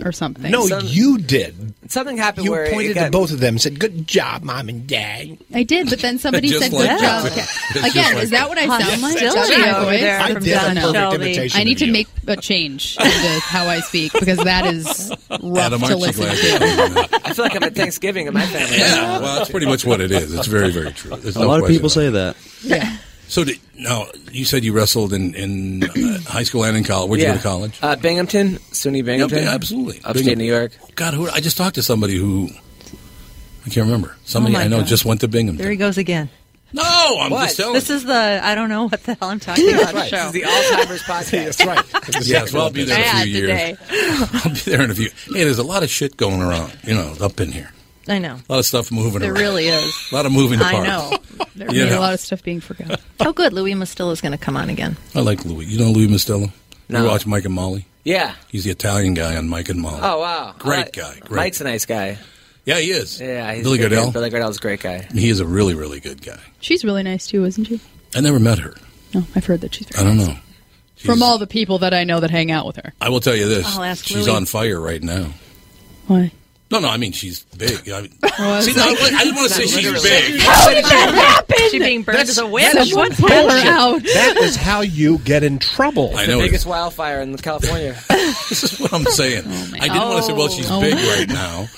S6: or something.
S18: No, you did.
S17: Something happened
S18: You
S17: where it
S18: pointed to
S17: got-
S18: both of them and said, Good job, mom and dad.
S6: I did, but then somebody
S18: Just
S6: said
S18: like
S6: good
S18: that.
S6: job.
S18: It's just
S6: Again,
S18: like
S6: is that what I
S20: that.
S6: sound like?
S20: Hostility
S6: Is that my
S20: over
S6: voice?
S20: there I from did a Don perfect Shelby. imitation
S6: I need
S20: of
S6: to
S20: you.
S6: make a change to how I speak because that is rough
S4: Adam,
S6: to
S4: aren't you
S6: listen
S4: glad
S6: to.
S17: I feel like I'm at Thanksgiving in my family.
S4: Yeah, well, that's pretty much what it is. It's very, very true. There's
S2: A
S4: no
S2: lot of
S4: question
S2: people
S4: about
S2: say that.
S17: Yeah.
S4: it. So, did, now you said you wrestled in in uh, high school and in college. Where'd you
S17: yeah.
S4: go to college?
S17: Uh, Binghamton, SUNY Binghamton.
S4: yeah, absolutely.
S17: Upstate
S4: Binghamton.
S17: New York.
S4: God, who I just talked to somebody who I can't remember. Somebody
S20: Oh my
S4: I know
S20: God.
S4: just went to Binghamton.
S20: There he goes again.
S4: No, I'm just telling.
S20: This is the I don't know what the hell I'm talking about
S17: Right.
S20: show.
S17: This is the Alzheimer's podcast.
S18: That's right.
S4: yes, well, I'll be there in a
S20: Bad
S4: few years.
S20: today.
S4: I'll be there in a few. Hey, there's a lot of shit going around. You know, up in here,
S20: I know.
S4: a lot of stuff moving
S20: There
S4: around.
S20: really is.
S4: A lot of moving
S20: I
S4: parts.
S20: know.
S6: There's
S4: You know.
S6: a lot of stuff being forgotten.
S20: Oh, good. Louis Mastillo is going to come on again.
S4: I like Louis. You know Louis Mastello?
S17: No.
S4: You watch Mike and Molly?
S17: Yeah.
S4: He's the Italian guy on Mike and Molly.
S17: Oh wow.
S4: Great
S17: Uh,
S4: guy. Great.
S17: Mike's a nice guy.
S4: Yeah, he is.
S17: Yeah. He's
S4: Billy
S17: a good guy.
S4: Goodell?
S17: Billy Goodell's a great guy.
S4: He is a really, really good guy.
S6: She's really nice too, isn't she?
S4: I never met her.
S6: No, I've heard that she's
S4: I
S6: very
S4: don't
S6: nice.
S4: know.
S6: From all the people that I know that hang out with her.
S4: I will tell you this.
S6: I'll ask
S4: she's
S6: Louis.
S4: on fire right now.
S6: Why?
S4: No, no, I mean, she's big. I mean,
S6: I was
S4: see, no, I
S6: like-
S4: I didn't want to say she's
S6: Literally.
S4: big.
S6: How did that happen?
S20: She being burned as a witch.
S18: that is
S20: What
S18: bullshit.
S20: happened?
S18: That is how you get in trouble.
S4: I know
S17: the
S4: it
S17: biggest wildfire in California.
S4: This is what I'm saying. I didn't want to say, well, she's
S17: Oh.
S4: big right now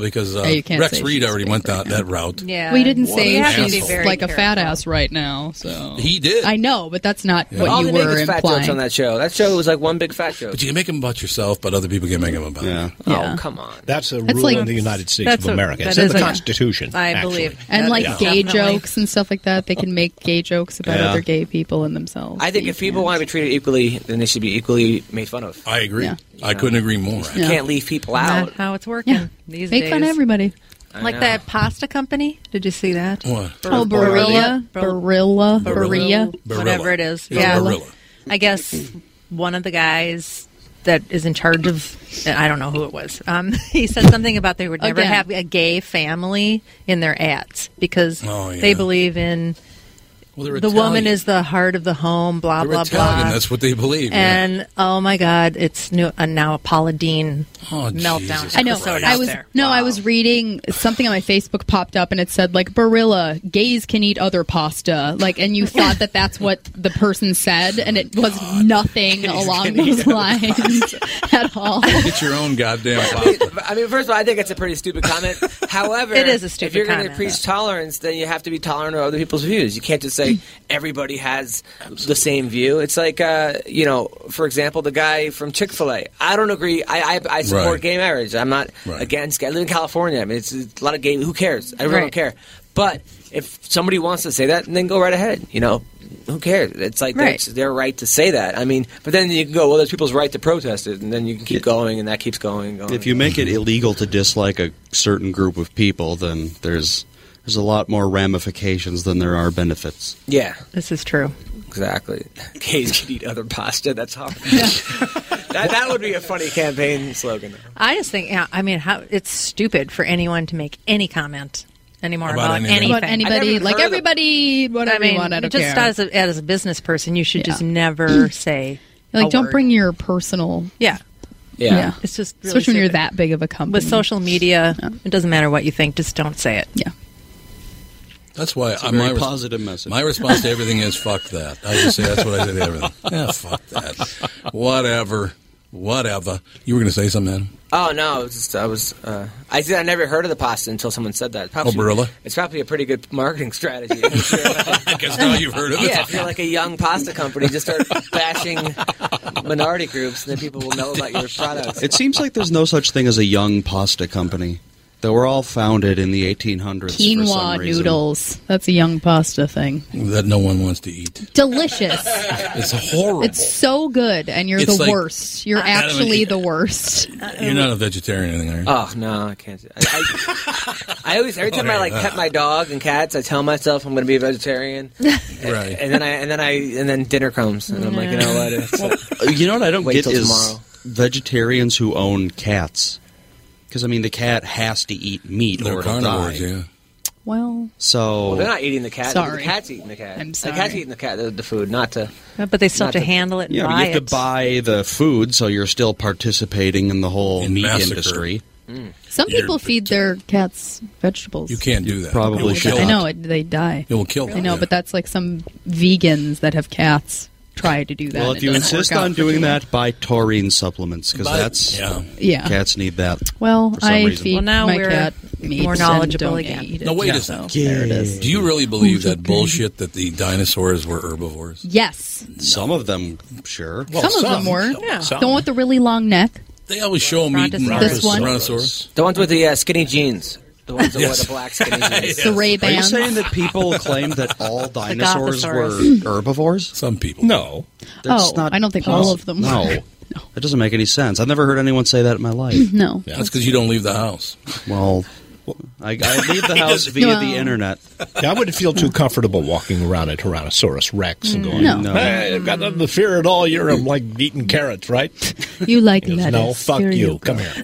S4: because uh,
S6: Yeah, you can't
S4: Rex
S6: say
S4: Reed
S6: she's
S4: already went that, that route.
S20: Yeah.
S6: We didn't
S4: What
S6: say
S4: an
S6: she's
S4: asshole.
S6: like a fat ass right now. So
S4: He did.
S6: I know, but that's not
S4: Yeah.
S6: what
S17: All
S6: you
S17: they make
S6: were
S17: is fat jokes on
S6: implying.
S17: that show. That show was like one big fat joke.
S4: But you can make them about yourself, but other people can make them about yeah.
S17: Oh come on.
S18: That's a
S6: That's
S18: rule
S6: like-
S18: in the United States
S6: that's
S18: of
S6: a-
S18: America.
S6: that
S18: It's in
S6: is
S18: the
S6: a-
S18: Constitution. actually.
S6: And like
S17: Yeah.
S6: gay
S17: Definitely.
S6: jokes and stuff like that. They can make gay jokes about
S17: Yeah.
S6: other gay people and themselves.
S17: I think if people want to be treated equally, then they should be equally made fun of.
S4: I agree.
S6: Yeah.
S4: I couldn't agree more.
S17: You
S4: actually.
S17: can't leave people out.
S20: Not how it's working these
S6: Make
S20: days.
S6: fun of everybody.
S20: Like that pasta company? Did you see that?
S4: What?
S20: Oh, Barilla, Barilla,
S6: Barilla?
S20: Barilla,
S6: Barilla.
S20: whatever it is.
S6: Yeah,
S20: Yeah,
S6: Barilla.
S20: I guess one of the guys that is in charge of I don't know who it was. Um, he said something about they would never
S6: Again.
S20: have a gay family in their ads because
S6: Oh, yeah.
S20: they believe in
S21: Well,
S20: the
S21: they're
S20: woman
S21: Italian.
S20: is the heart of the home. Blah
S21: They're
S20: blah
S21: Italian.
S20: blah.
S21: That's what they believe. yeah.
S20: And oh my God, it's new uh, now a Paula Dean
S17: Oh,
S20: meltdown.
S6: I know.
S20: episode
S6: I
S20: out
S6: was
S20: there.
S6: no. I was reading something on my Facebook popped up, and it said like Barilla gays can eat other pasta. Like, and you thought that that's what the person said, and it was nothing along
S21: can eat
S6: those lines at all.
S21: Get your own goddamn pasta.
S17: I mean, first of all, I think it's a pretty stupid comment. However,
S20: It is a
S17: If
S20: stupid
S17: you're going to
S20: comment.
S17: preach tolerance, then you have to be tolerant of other people's views. You can't just say everybody has the same view. It's like, uh, you know, for example, the guy from Chick Fil A. I don't agree. I I, I support
S5: Right.
S17: gay marriage. I'm not against. I live in California. I mean, it's a lot of gay. Who cares? I really
S5: Right.
S17: don't care. But if somebody wants to say that, then go right ahead. You know. Who cares? It's like
S5: Right.
S17: that's their right to say that. I mean, but then you can go, well, there's people's right to protest it, and then you can keep going, and that keeps going and going.
S2: If you make it illegal to dislike a certain group of people, then there's there's a lot more ramifications than there are benefits.
S17: Yeah.
S20: This is true.
S17: Exactly. Gays can eat other pasta. That's hard. that, that would be a funny campaign slogan.
S20: I just think, yeah, I mean, how it's stupid for anyone to make any comment anymore
S17: About
S20: about,
S17: anything.
S20: anything.
S6: About anybody, like everybody,
S20: I
S6: whatever
S20: mean,
S6: you want. I don't
S20: just
S6: care.
S20: as a, as a business person, you should just never say
S6: like,
S20: a
S6: don't
S20: word.
S6: bring your personal.
S20: Yeah.
S17: Yeah.
S20: It's just really
S6: especially when you're
S20: stupid.
S6: that big of a company
S20: with social media. It doesn't matter what you think; just don't say it.
S6: Yeah.
S21: That's why
S2: It's a
S21: I-
S2: very
S21: my res-
S2: positive message.
S21: My response to everything is "fuck that." I just say that's what I say to everything. Yeah, fuck that. Whatever, whatever. You were going to say something, Adam?
S17: Oh no! It was just, I was. Uh, I said I never heard of the pasta until someone said that. Probably,
S21: Oh, Barilla?
S17: It's probably a pretty good marketing strategy. I
S21: guess now you've heard of it.
S17: Yeah, if you're like a young pasta company, just start bashing minority groups, and then people will know about your products.
S2: It seems like there's no such thing as a young pasta company. They were all founded in the 1800s. for
S6: quinoa
S2: some reason.
S6: noodles. That's a young pasta thing.
S21: That no one wants to eat.
S6: Delicious.
S21: It's horrible.
S6: It's so good, and you're
S21: It's
S6: the
S21: like-
S6: worst. You're
S21: I don't
S6: actually
S21: eat-
S6: the worst.
S21: You're not a vegetarian, or anything,
S17: are you? Oh no, I can't. I, I always, every time I like
S2: uh.
S17: pet my dog and cats, I tell myself I'm going to be a vegetarian,
S21: right?
S17: and then I and then I and then dinner comes, and I'm like, you know what? It's,
S2: Uh, You know what I don't
S17: Wait
S2: get
S17: till
S2: is
S17: tomorrow.
S2: vegetarians who own cats. Because I mean, the cat has to eat meat
S21: They're
S2: or it'll
S21: carnivores,
S2: die.
S21: yeah.
S6: Well,
S2: So
S17: Well, they're not eating the cat.
S6: Sorry.
S17: The cat's eating the cat.
S6: I'm
S17: The cat's
S6: sorry.
S17: eating the cat. The, the food, not to.
S20: But they still
S17: Not
S20: have to,
S17: to-
S20: handle it and
S2: yeah, but
S20: buy
S2: you have
S20: it.
S2: to buy the food, so you're still participating in the whole meat
S21: massacre.
S2: industry.
S6: Some
S21: You're-
S6: people feed their cats vegetables.
S21: You can't do that.
S2: probably
S21: It will
S2: should
S21: kill
S6: I
S21: them.
S6: know it, they die.
S21: It will kill them.
S6: I know,
S21: yeah.
S6: but that's like some vegans that have cats try to do that.
S2: Well,
S6: It
S2: if you
S6: doesn't
S2: insist
S6: work out
S2: on
S6: for
S2: doing
S6: people.
S2: that, buy taurine supplements because
S6: Buy-
S2: that's
S6: yeah. Yeah.
S2: cats need that.
S6: well,
S2: for some
S6: I
S2: reason.
S6: feed
S2: Well,
S20: now
S6: my
S20: we're
S6: cat meat
S20: more
S6: and
S20: knowledgeable
S6: don't
S20: again.
S6: eat it.
S21: No, wait
S6: Yeah.
S21: a second.
S6: So, there it is.
S21: Do you really believe that bullshit that the dinosaurs were herbivores?
S6: Yes,
S2: Some of them, sure.
S21: Well,
S6: some, of them
S21: some.
S6: were.
S21: Yeah. Some.
S6: The one with the really long neck.
S21: They always show them eating
S6: Brontosaurus. This one?
S21: brontosaurus.
S17: The ones with the uh, skinny jeans. The ones that
S21: Yes.
S17: wear the black skinny jeans.
S6: The Ray
S2: Are you
S6: Bans.
S2: saying that people claim that all dinosaurs were
S6: Gothosaurus.
S2: herbivores?
S21: Some people.
S2: No.
S6: Oh, I don't think all of them.
S2: No.
S6: were.
S2: That doesn't make any sense. I've never heard anyone say that in my life.
S6: No.
S21: That's because you don't leave the house.
S2: Well, I, I leave the house via
S21: No.
S2: the internet.
S18: I wouldn't feel too comfortable walking around a Tyrannosaurus Rex and going,
S2: No. No.
S18: "Hey, I've got nothing to fear at all. You're I'm like eating carrots, right?
S6: You like
S18: He goes,
S6: lettuce?
S18: no, fuck
S6: Here
S18: you.
S6: you go.
S18: Come here.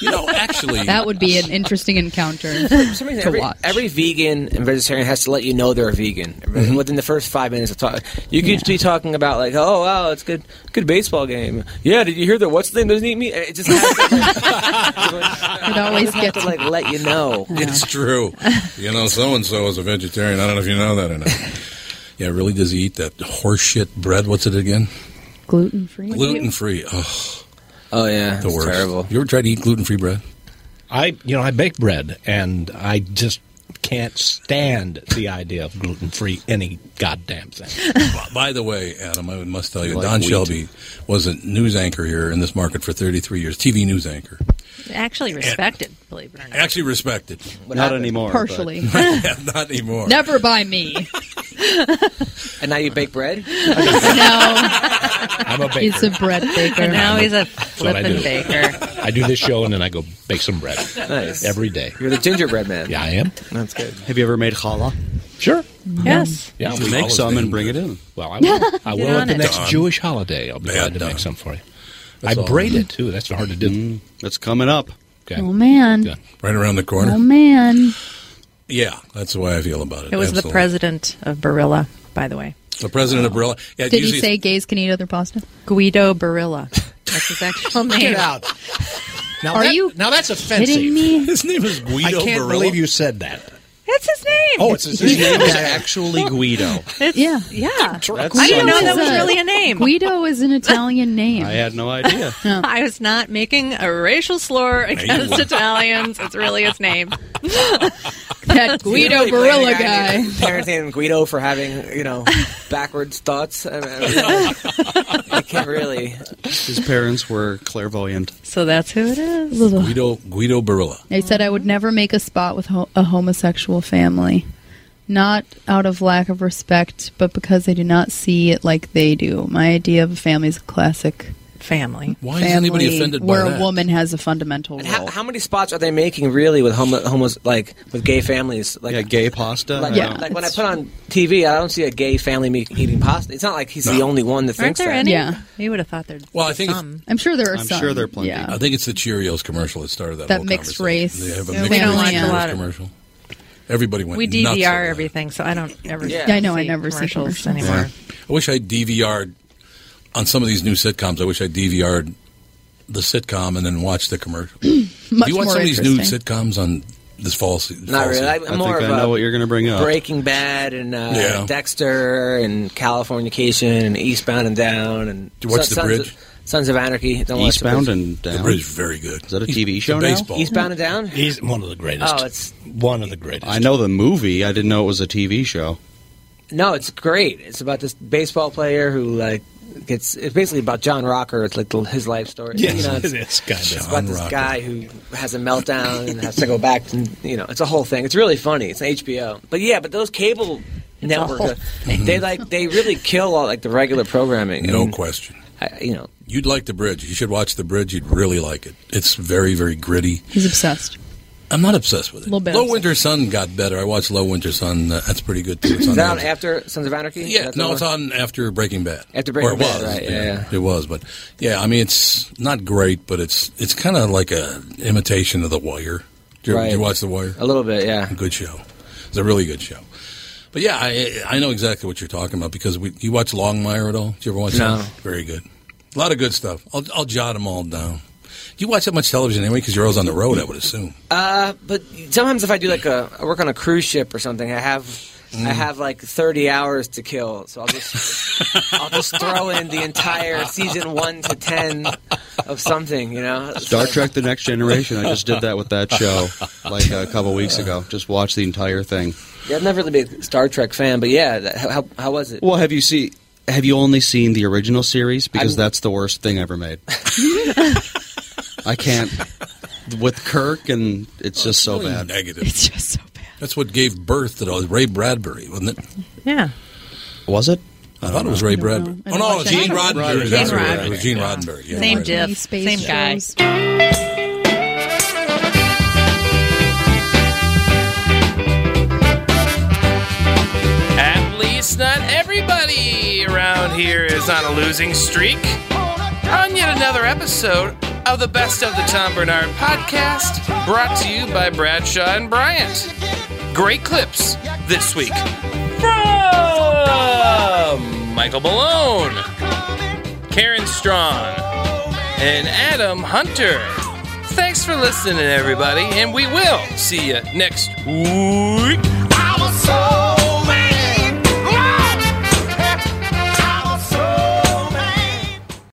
S21: You know, actually,
S6: That would be an interesting encounter to
S17: every,
S6: watch.
S17: every vegan and vegetarian has to let you know they're a vegan
S6: Mm-hmm.
S17: within the first five minutes of talk. You could be talking about like, oh wow, it's good, good baseball game. Yeah, did you hear that? What's the name doesn't eat meat? It just has to,
S6: it always
S17: gets to like let you know.
S21: It's true. You know, so and so is a vegetarian. I don't know if you know that or not. Yeah, really does he eat that horseshit bread? What's it again?
S6: Gluten free.
S21: Gluten free. Oh,
S17: oh yeah,
S21: the worst. Terrible. You ever tried to eat gluten free bread?
S18: I, you know, I bake bread, and I just can't stand the idea of gluten free any goddamn thing.
S21: B- By the way, Adam, I must tell you,
S18: Like
S21: Don
S18: wheat.
S21: Shelby was a news anchor here in this market for 33 years, TV news anchor.
S20: Actually, respected, believe it or not.
S21: Actually respected.
S17: Not happened? anymore, but-
S6: Partially.
S21: Yeah, not anymore.
S6: Never by me.
S17: And now you bake bread.
S6: No.
S18: I'm a baker.
S6: He's a bread baker.
S20: And now he's a
S18: That's what I
S20: flippin'
S18: do.
S20: baker.
S18: I
S4: I do this show and then I go bake some bread.
S17: Nice.
S4: Every day.
S17: You're the gingerbread man.
S4: Yeah, I am.
S17: That's good.
S2: Have you ever made challah?
S4: Sure.
S2: Yes.
S4: Yeah,
S2: You
S4: we
S2: make
S4: always
S2: some
S4: make
S2: and bring it
S4: bread.
S2: in.
S4: Well, I will. I
S2: Get
S4: will
S2: on
S4: at the
S2: it.
S4: next
S2: Done.
S4: Jewish holiday. I'll be glad to make some for you.
S2: That's
S4: I
S2: all.
S4: braid it too. That's hard to do.
S21: Mm,
S2: That's coming up.
S4: Okay.
S6: Oh man.
S4: Right around the corner.
S6: Oh man.
S4: Yeah,
S22: that's the way I feel about it.
S20: It was the
S22: Absolutely.
S20: president of Barilla, by the way.
S22: The president of Barilla. Yeah,
S6: Did he
S22: usually
S6: say gays can eat other pasta?
S20: Guido Barilla. That's his actual name.
S4: Get out. Now
S6: Are
S4: that-
S6: you
S4: now that's offensive.
S6: kidding me?
S4: His name is I Guido can't Barilla? believe you said that.
S20: That's his name.
S4: Oh, it's his, name is actually Guido.
S6: yeah.
S20: Yeah. I didn't know that was really a name.
S6: Guido is an Italian name.
S4: I had no idea.
S20: I was not making a racial slur against
S4: weren't.
S20: Italians. It's really his name.
S6: that
S17: You're
S6: Guido
S17: really blaming
S6: Barilla
S17: that
S6: guy.
S17: Parenting Guido for having, you know, backwards thoughts. I, mean, I don't know. I can't really.
S2: His parents were clairvoyant.
S20: So that's who it is.
S4: Guido Guido Barilla.
S6: They said I would never make a spot with ho- a homosexual family. Not out of lack of respect, but because they do not see it like they do. My idea of a family is a classic
S20: family.
S4: Why
S17: is anybody offended by
S6: where
S17: that?
S6: a woman has a fundamental
S17: How,
S6: role?
S17: how many spots are they making really with homo, homos like with gay families? Like yeah,
S2: gay pasta.
S17: Like,
S6: Yeah,
S17: like when I put on TV, I don't see a gay family me- eating pasta. It's not like he's the
S4: No.
S17: only one that
S20: Aren't
S17: thinks
S20: there
S17: that.
S20: any? You would have thought there'd
S4: Well,
S20: be
S4: I think it's-
S20: some.
S6: I'm sure there are
S4: I'm
S6: some.
S4: sure there are plenty.
S6: Yeah.
S4: I think it's the Cheerios commercial that started that.
S6: That
S4: whole
S6: mixed
S4: conversation.
S6: race
S4: They have a
S6: Yeah,
S4: mixed
S6: we don't
S4: race
S6: like a
S4: Cheerios
S6: lot of-
S4: commercial. Everybody went.
S20: We
S4: nuts over
S20: DVR
S4: that.
S20: everything, so I don't ever.
S6: Yeah, I know, I
S20: see
S6: never see
S20: commercials
S6: commercials.
S20: anymore.
S4: I wish I DVR'd on some of these new sitcoms. I wish I DVR'd the sitcom and then watched the commercial.
S6: Much
S4: Do you watch
S6: more
S4: some of these new
S6: interesting.
S4: sitcoms on this fall? se-
S17: Not
S4: fall
S17: really.
S4: season?
S17: I- I'm more of a
S2: going to bring
S17: Breaking Bad and uh,
S4: Yeah.
S17: Dexter and Californication and Eastbound and Down and
S4: Did you watch The
S17: Sons
S4: Bridge?
S17: Of, Sons of Anarchy. Don't watch The
S2: Eastbound
S17: Bridge.
S2: and Down.
S4: The bridge is very good.
S2: Is that a
S4: He's-
S2: TV
S4: it's
S2: show
S4: a
S2: now?
S4: baseball.
S17: Eastbound and Down.
S4: He's one of the greatest.
S17: Oh, it's
S4: one of the greatest.
S2: I know the movie. I didn't know it was a TV show.
S17: No, it's great. It's about this baseball player who like gets. It's basically about John Rocker. It's like the, his life story.
S4: Yes,
S17: You know, it's,
S4: it's kind of
S17: it's about this guy who has a meltdown and has to go back. And you know, it's a whole thing. It's really funny. It's an HBO. But yeah, but those cable
S4: whole
S17: networks, they like they really kill all like the regular programming.
S4: Mm-hmm. No
S17: And
S4: question.
S17: I, you know,
S4: You'd like the bridge. You should watch the bridge. You'd really like it. It's very, very gritty.
S6: He's obsessed.
S4: I'm not obsessed with it.
S6: Little bit
S4: Low
S6: obsessed.
S4: Winter Sun got better. I watched Low Winter Sun. Uh, that's pretty good too. It's
S17: is
S4: on
S17: that on
S4: Amazon.
S17: after Sons of Anarchy?
S4: Yeah,
S17: That's
S4: no,
S17: the
S4: it's
S17: one?
S4: on after Breaking Bad.
S17: After Breaking
S4: or it
S17: Bad,
S4: was,
S17: right, yeah, yeah.
S4: it was. But yeah, I mean, it's not great, but it's it's kind of like a imitation of The Wire. Did you, did
S17: Right.
S4: you watch The Wire?
S17: A little bit, yeah.
S4: Good show. It's a really good show. But yeah, I I know exactly what you're talking about because we you watch Longmire at all? Did you ever watch
S17: No.
S4: that? Very good. A lot of good stuff. I'll I'll jot them all down. You watch that much television anyway because you're always on the road. I would assume.
S17: Uh, but sometimes if I do like a, I work on a cruise ship or something, I have,
S2: Mm.
S17: I have like thirty hours to kill, so I'll just, I'll just throw in the entire season one to ten of something, you know. It's
S2: Star
S17: like-
S2: Trek: The Next Generation. I just did that with that show like a couple weeks ago. Just watched the entire thing.
S17: Yeah, I've never really been a Star Trek fan, but yeah, that, how, how- how was it?
S2: Well, have you seen? Have you only seen the original series? Because
S17: I'm-
S2: that's the worst thing ever made. I can't with Kirk, and it's just so
S4: Really
S2: bad.
S4: Negative. It's just so bad. That's what gave birth to those- Ray Bradbury, wasn't it?
S20: Yeah.
S2: Was it?
S4: I, thought it was Ray Bradbury. Oh no, it was Gene
S20: Gene
S4: Roddenberry.
S20: Roddenberry.
S4: That's
S20: Gene
S4: right. It was
S20: Roddenberry.
S4: Gene Roddenberry. Yeah,
S20: same
S4: right.
S20: diff,
S6: Space
S20: same guy.
S6: shows.
S7: At least not everybody around here is on a losing streak. On yet another episode of the Best of the Tom Bernard podcast, brought to you by Bradshaw and Bryant. Great clips this week from Michael Malone, Karen Strawn, and Adam Hunter. Thanks for listening, everybody, and we will see you next week.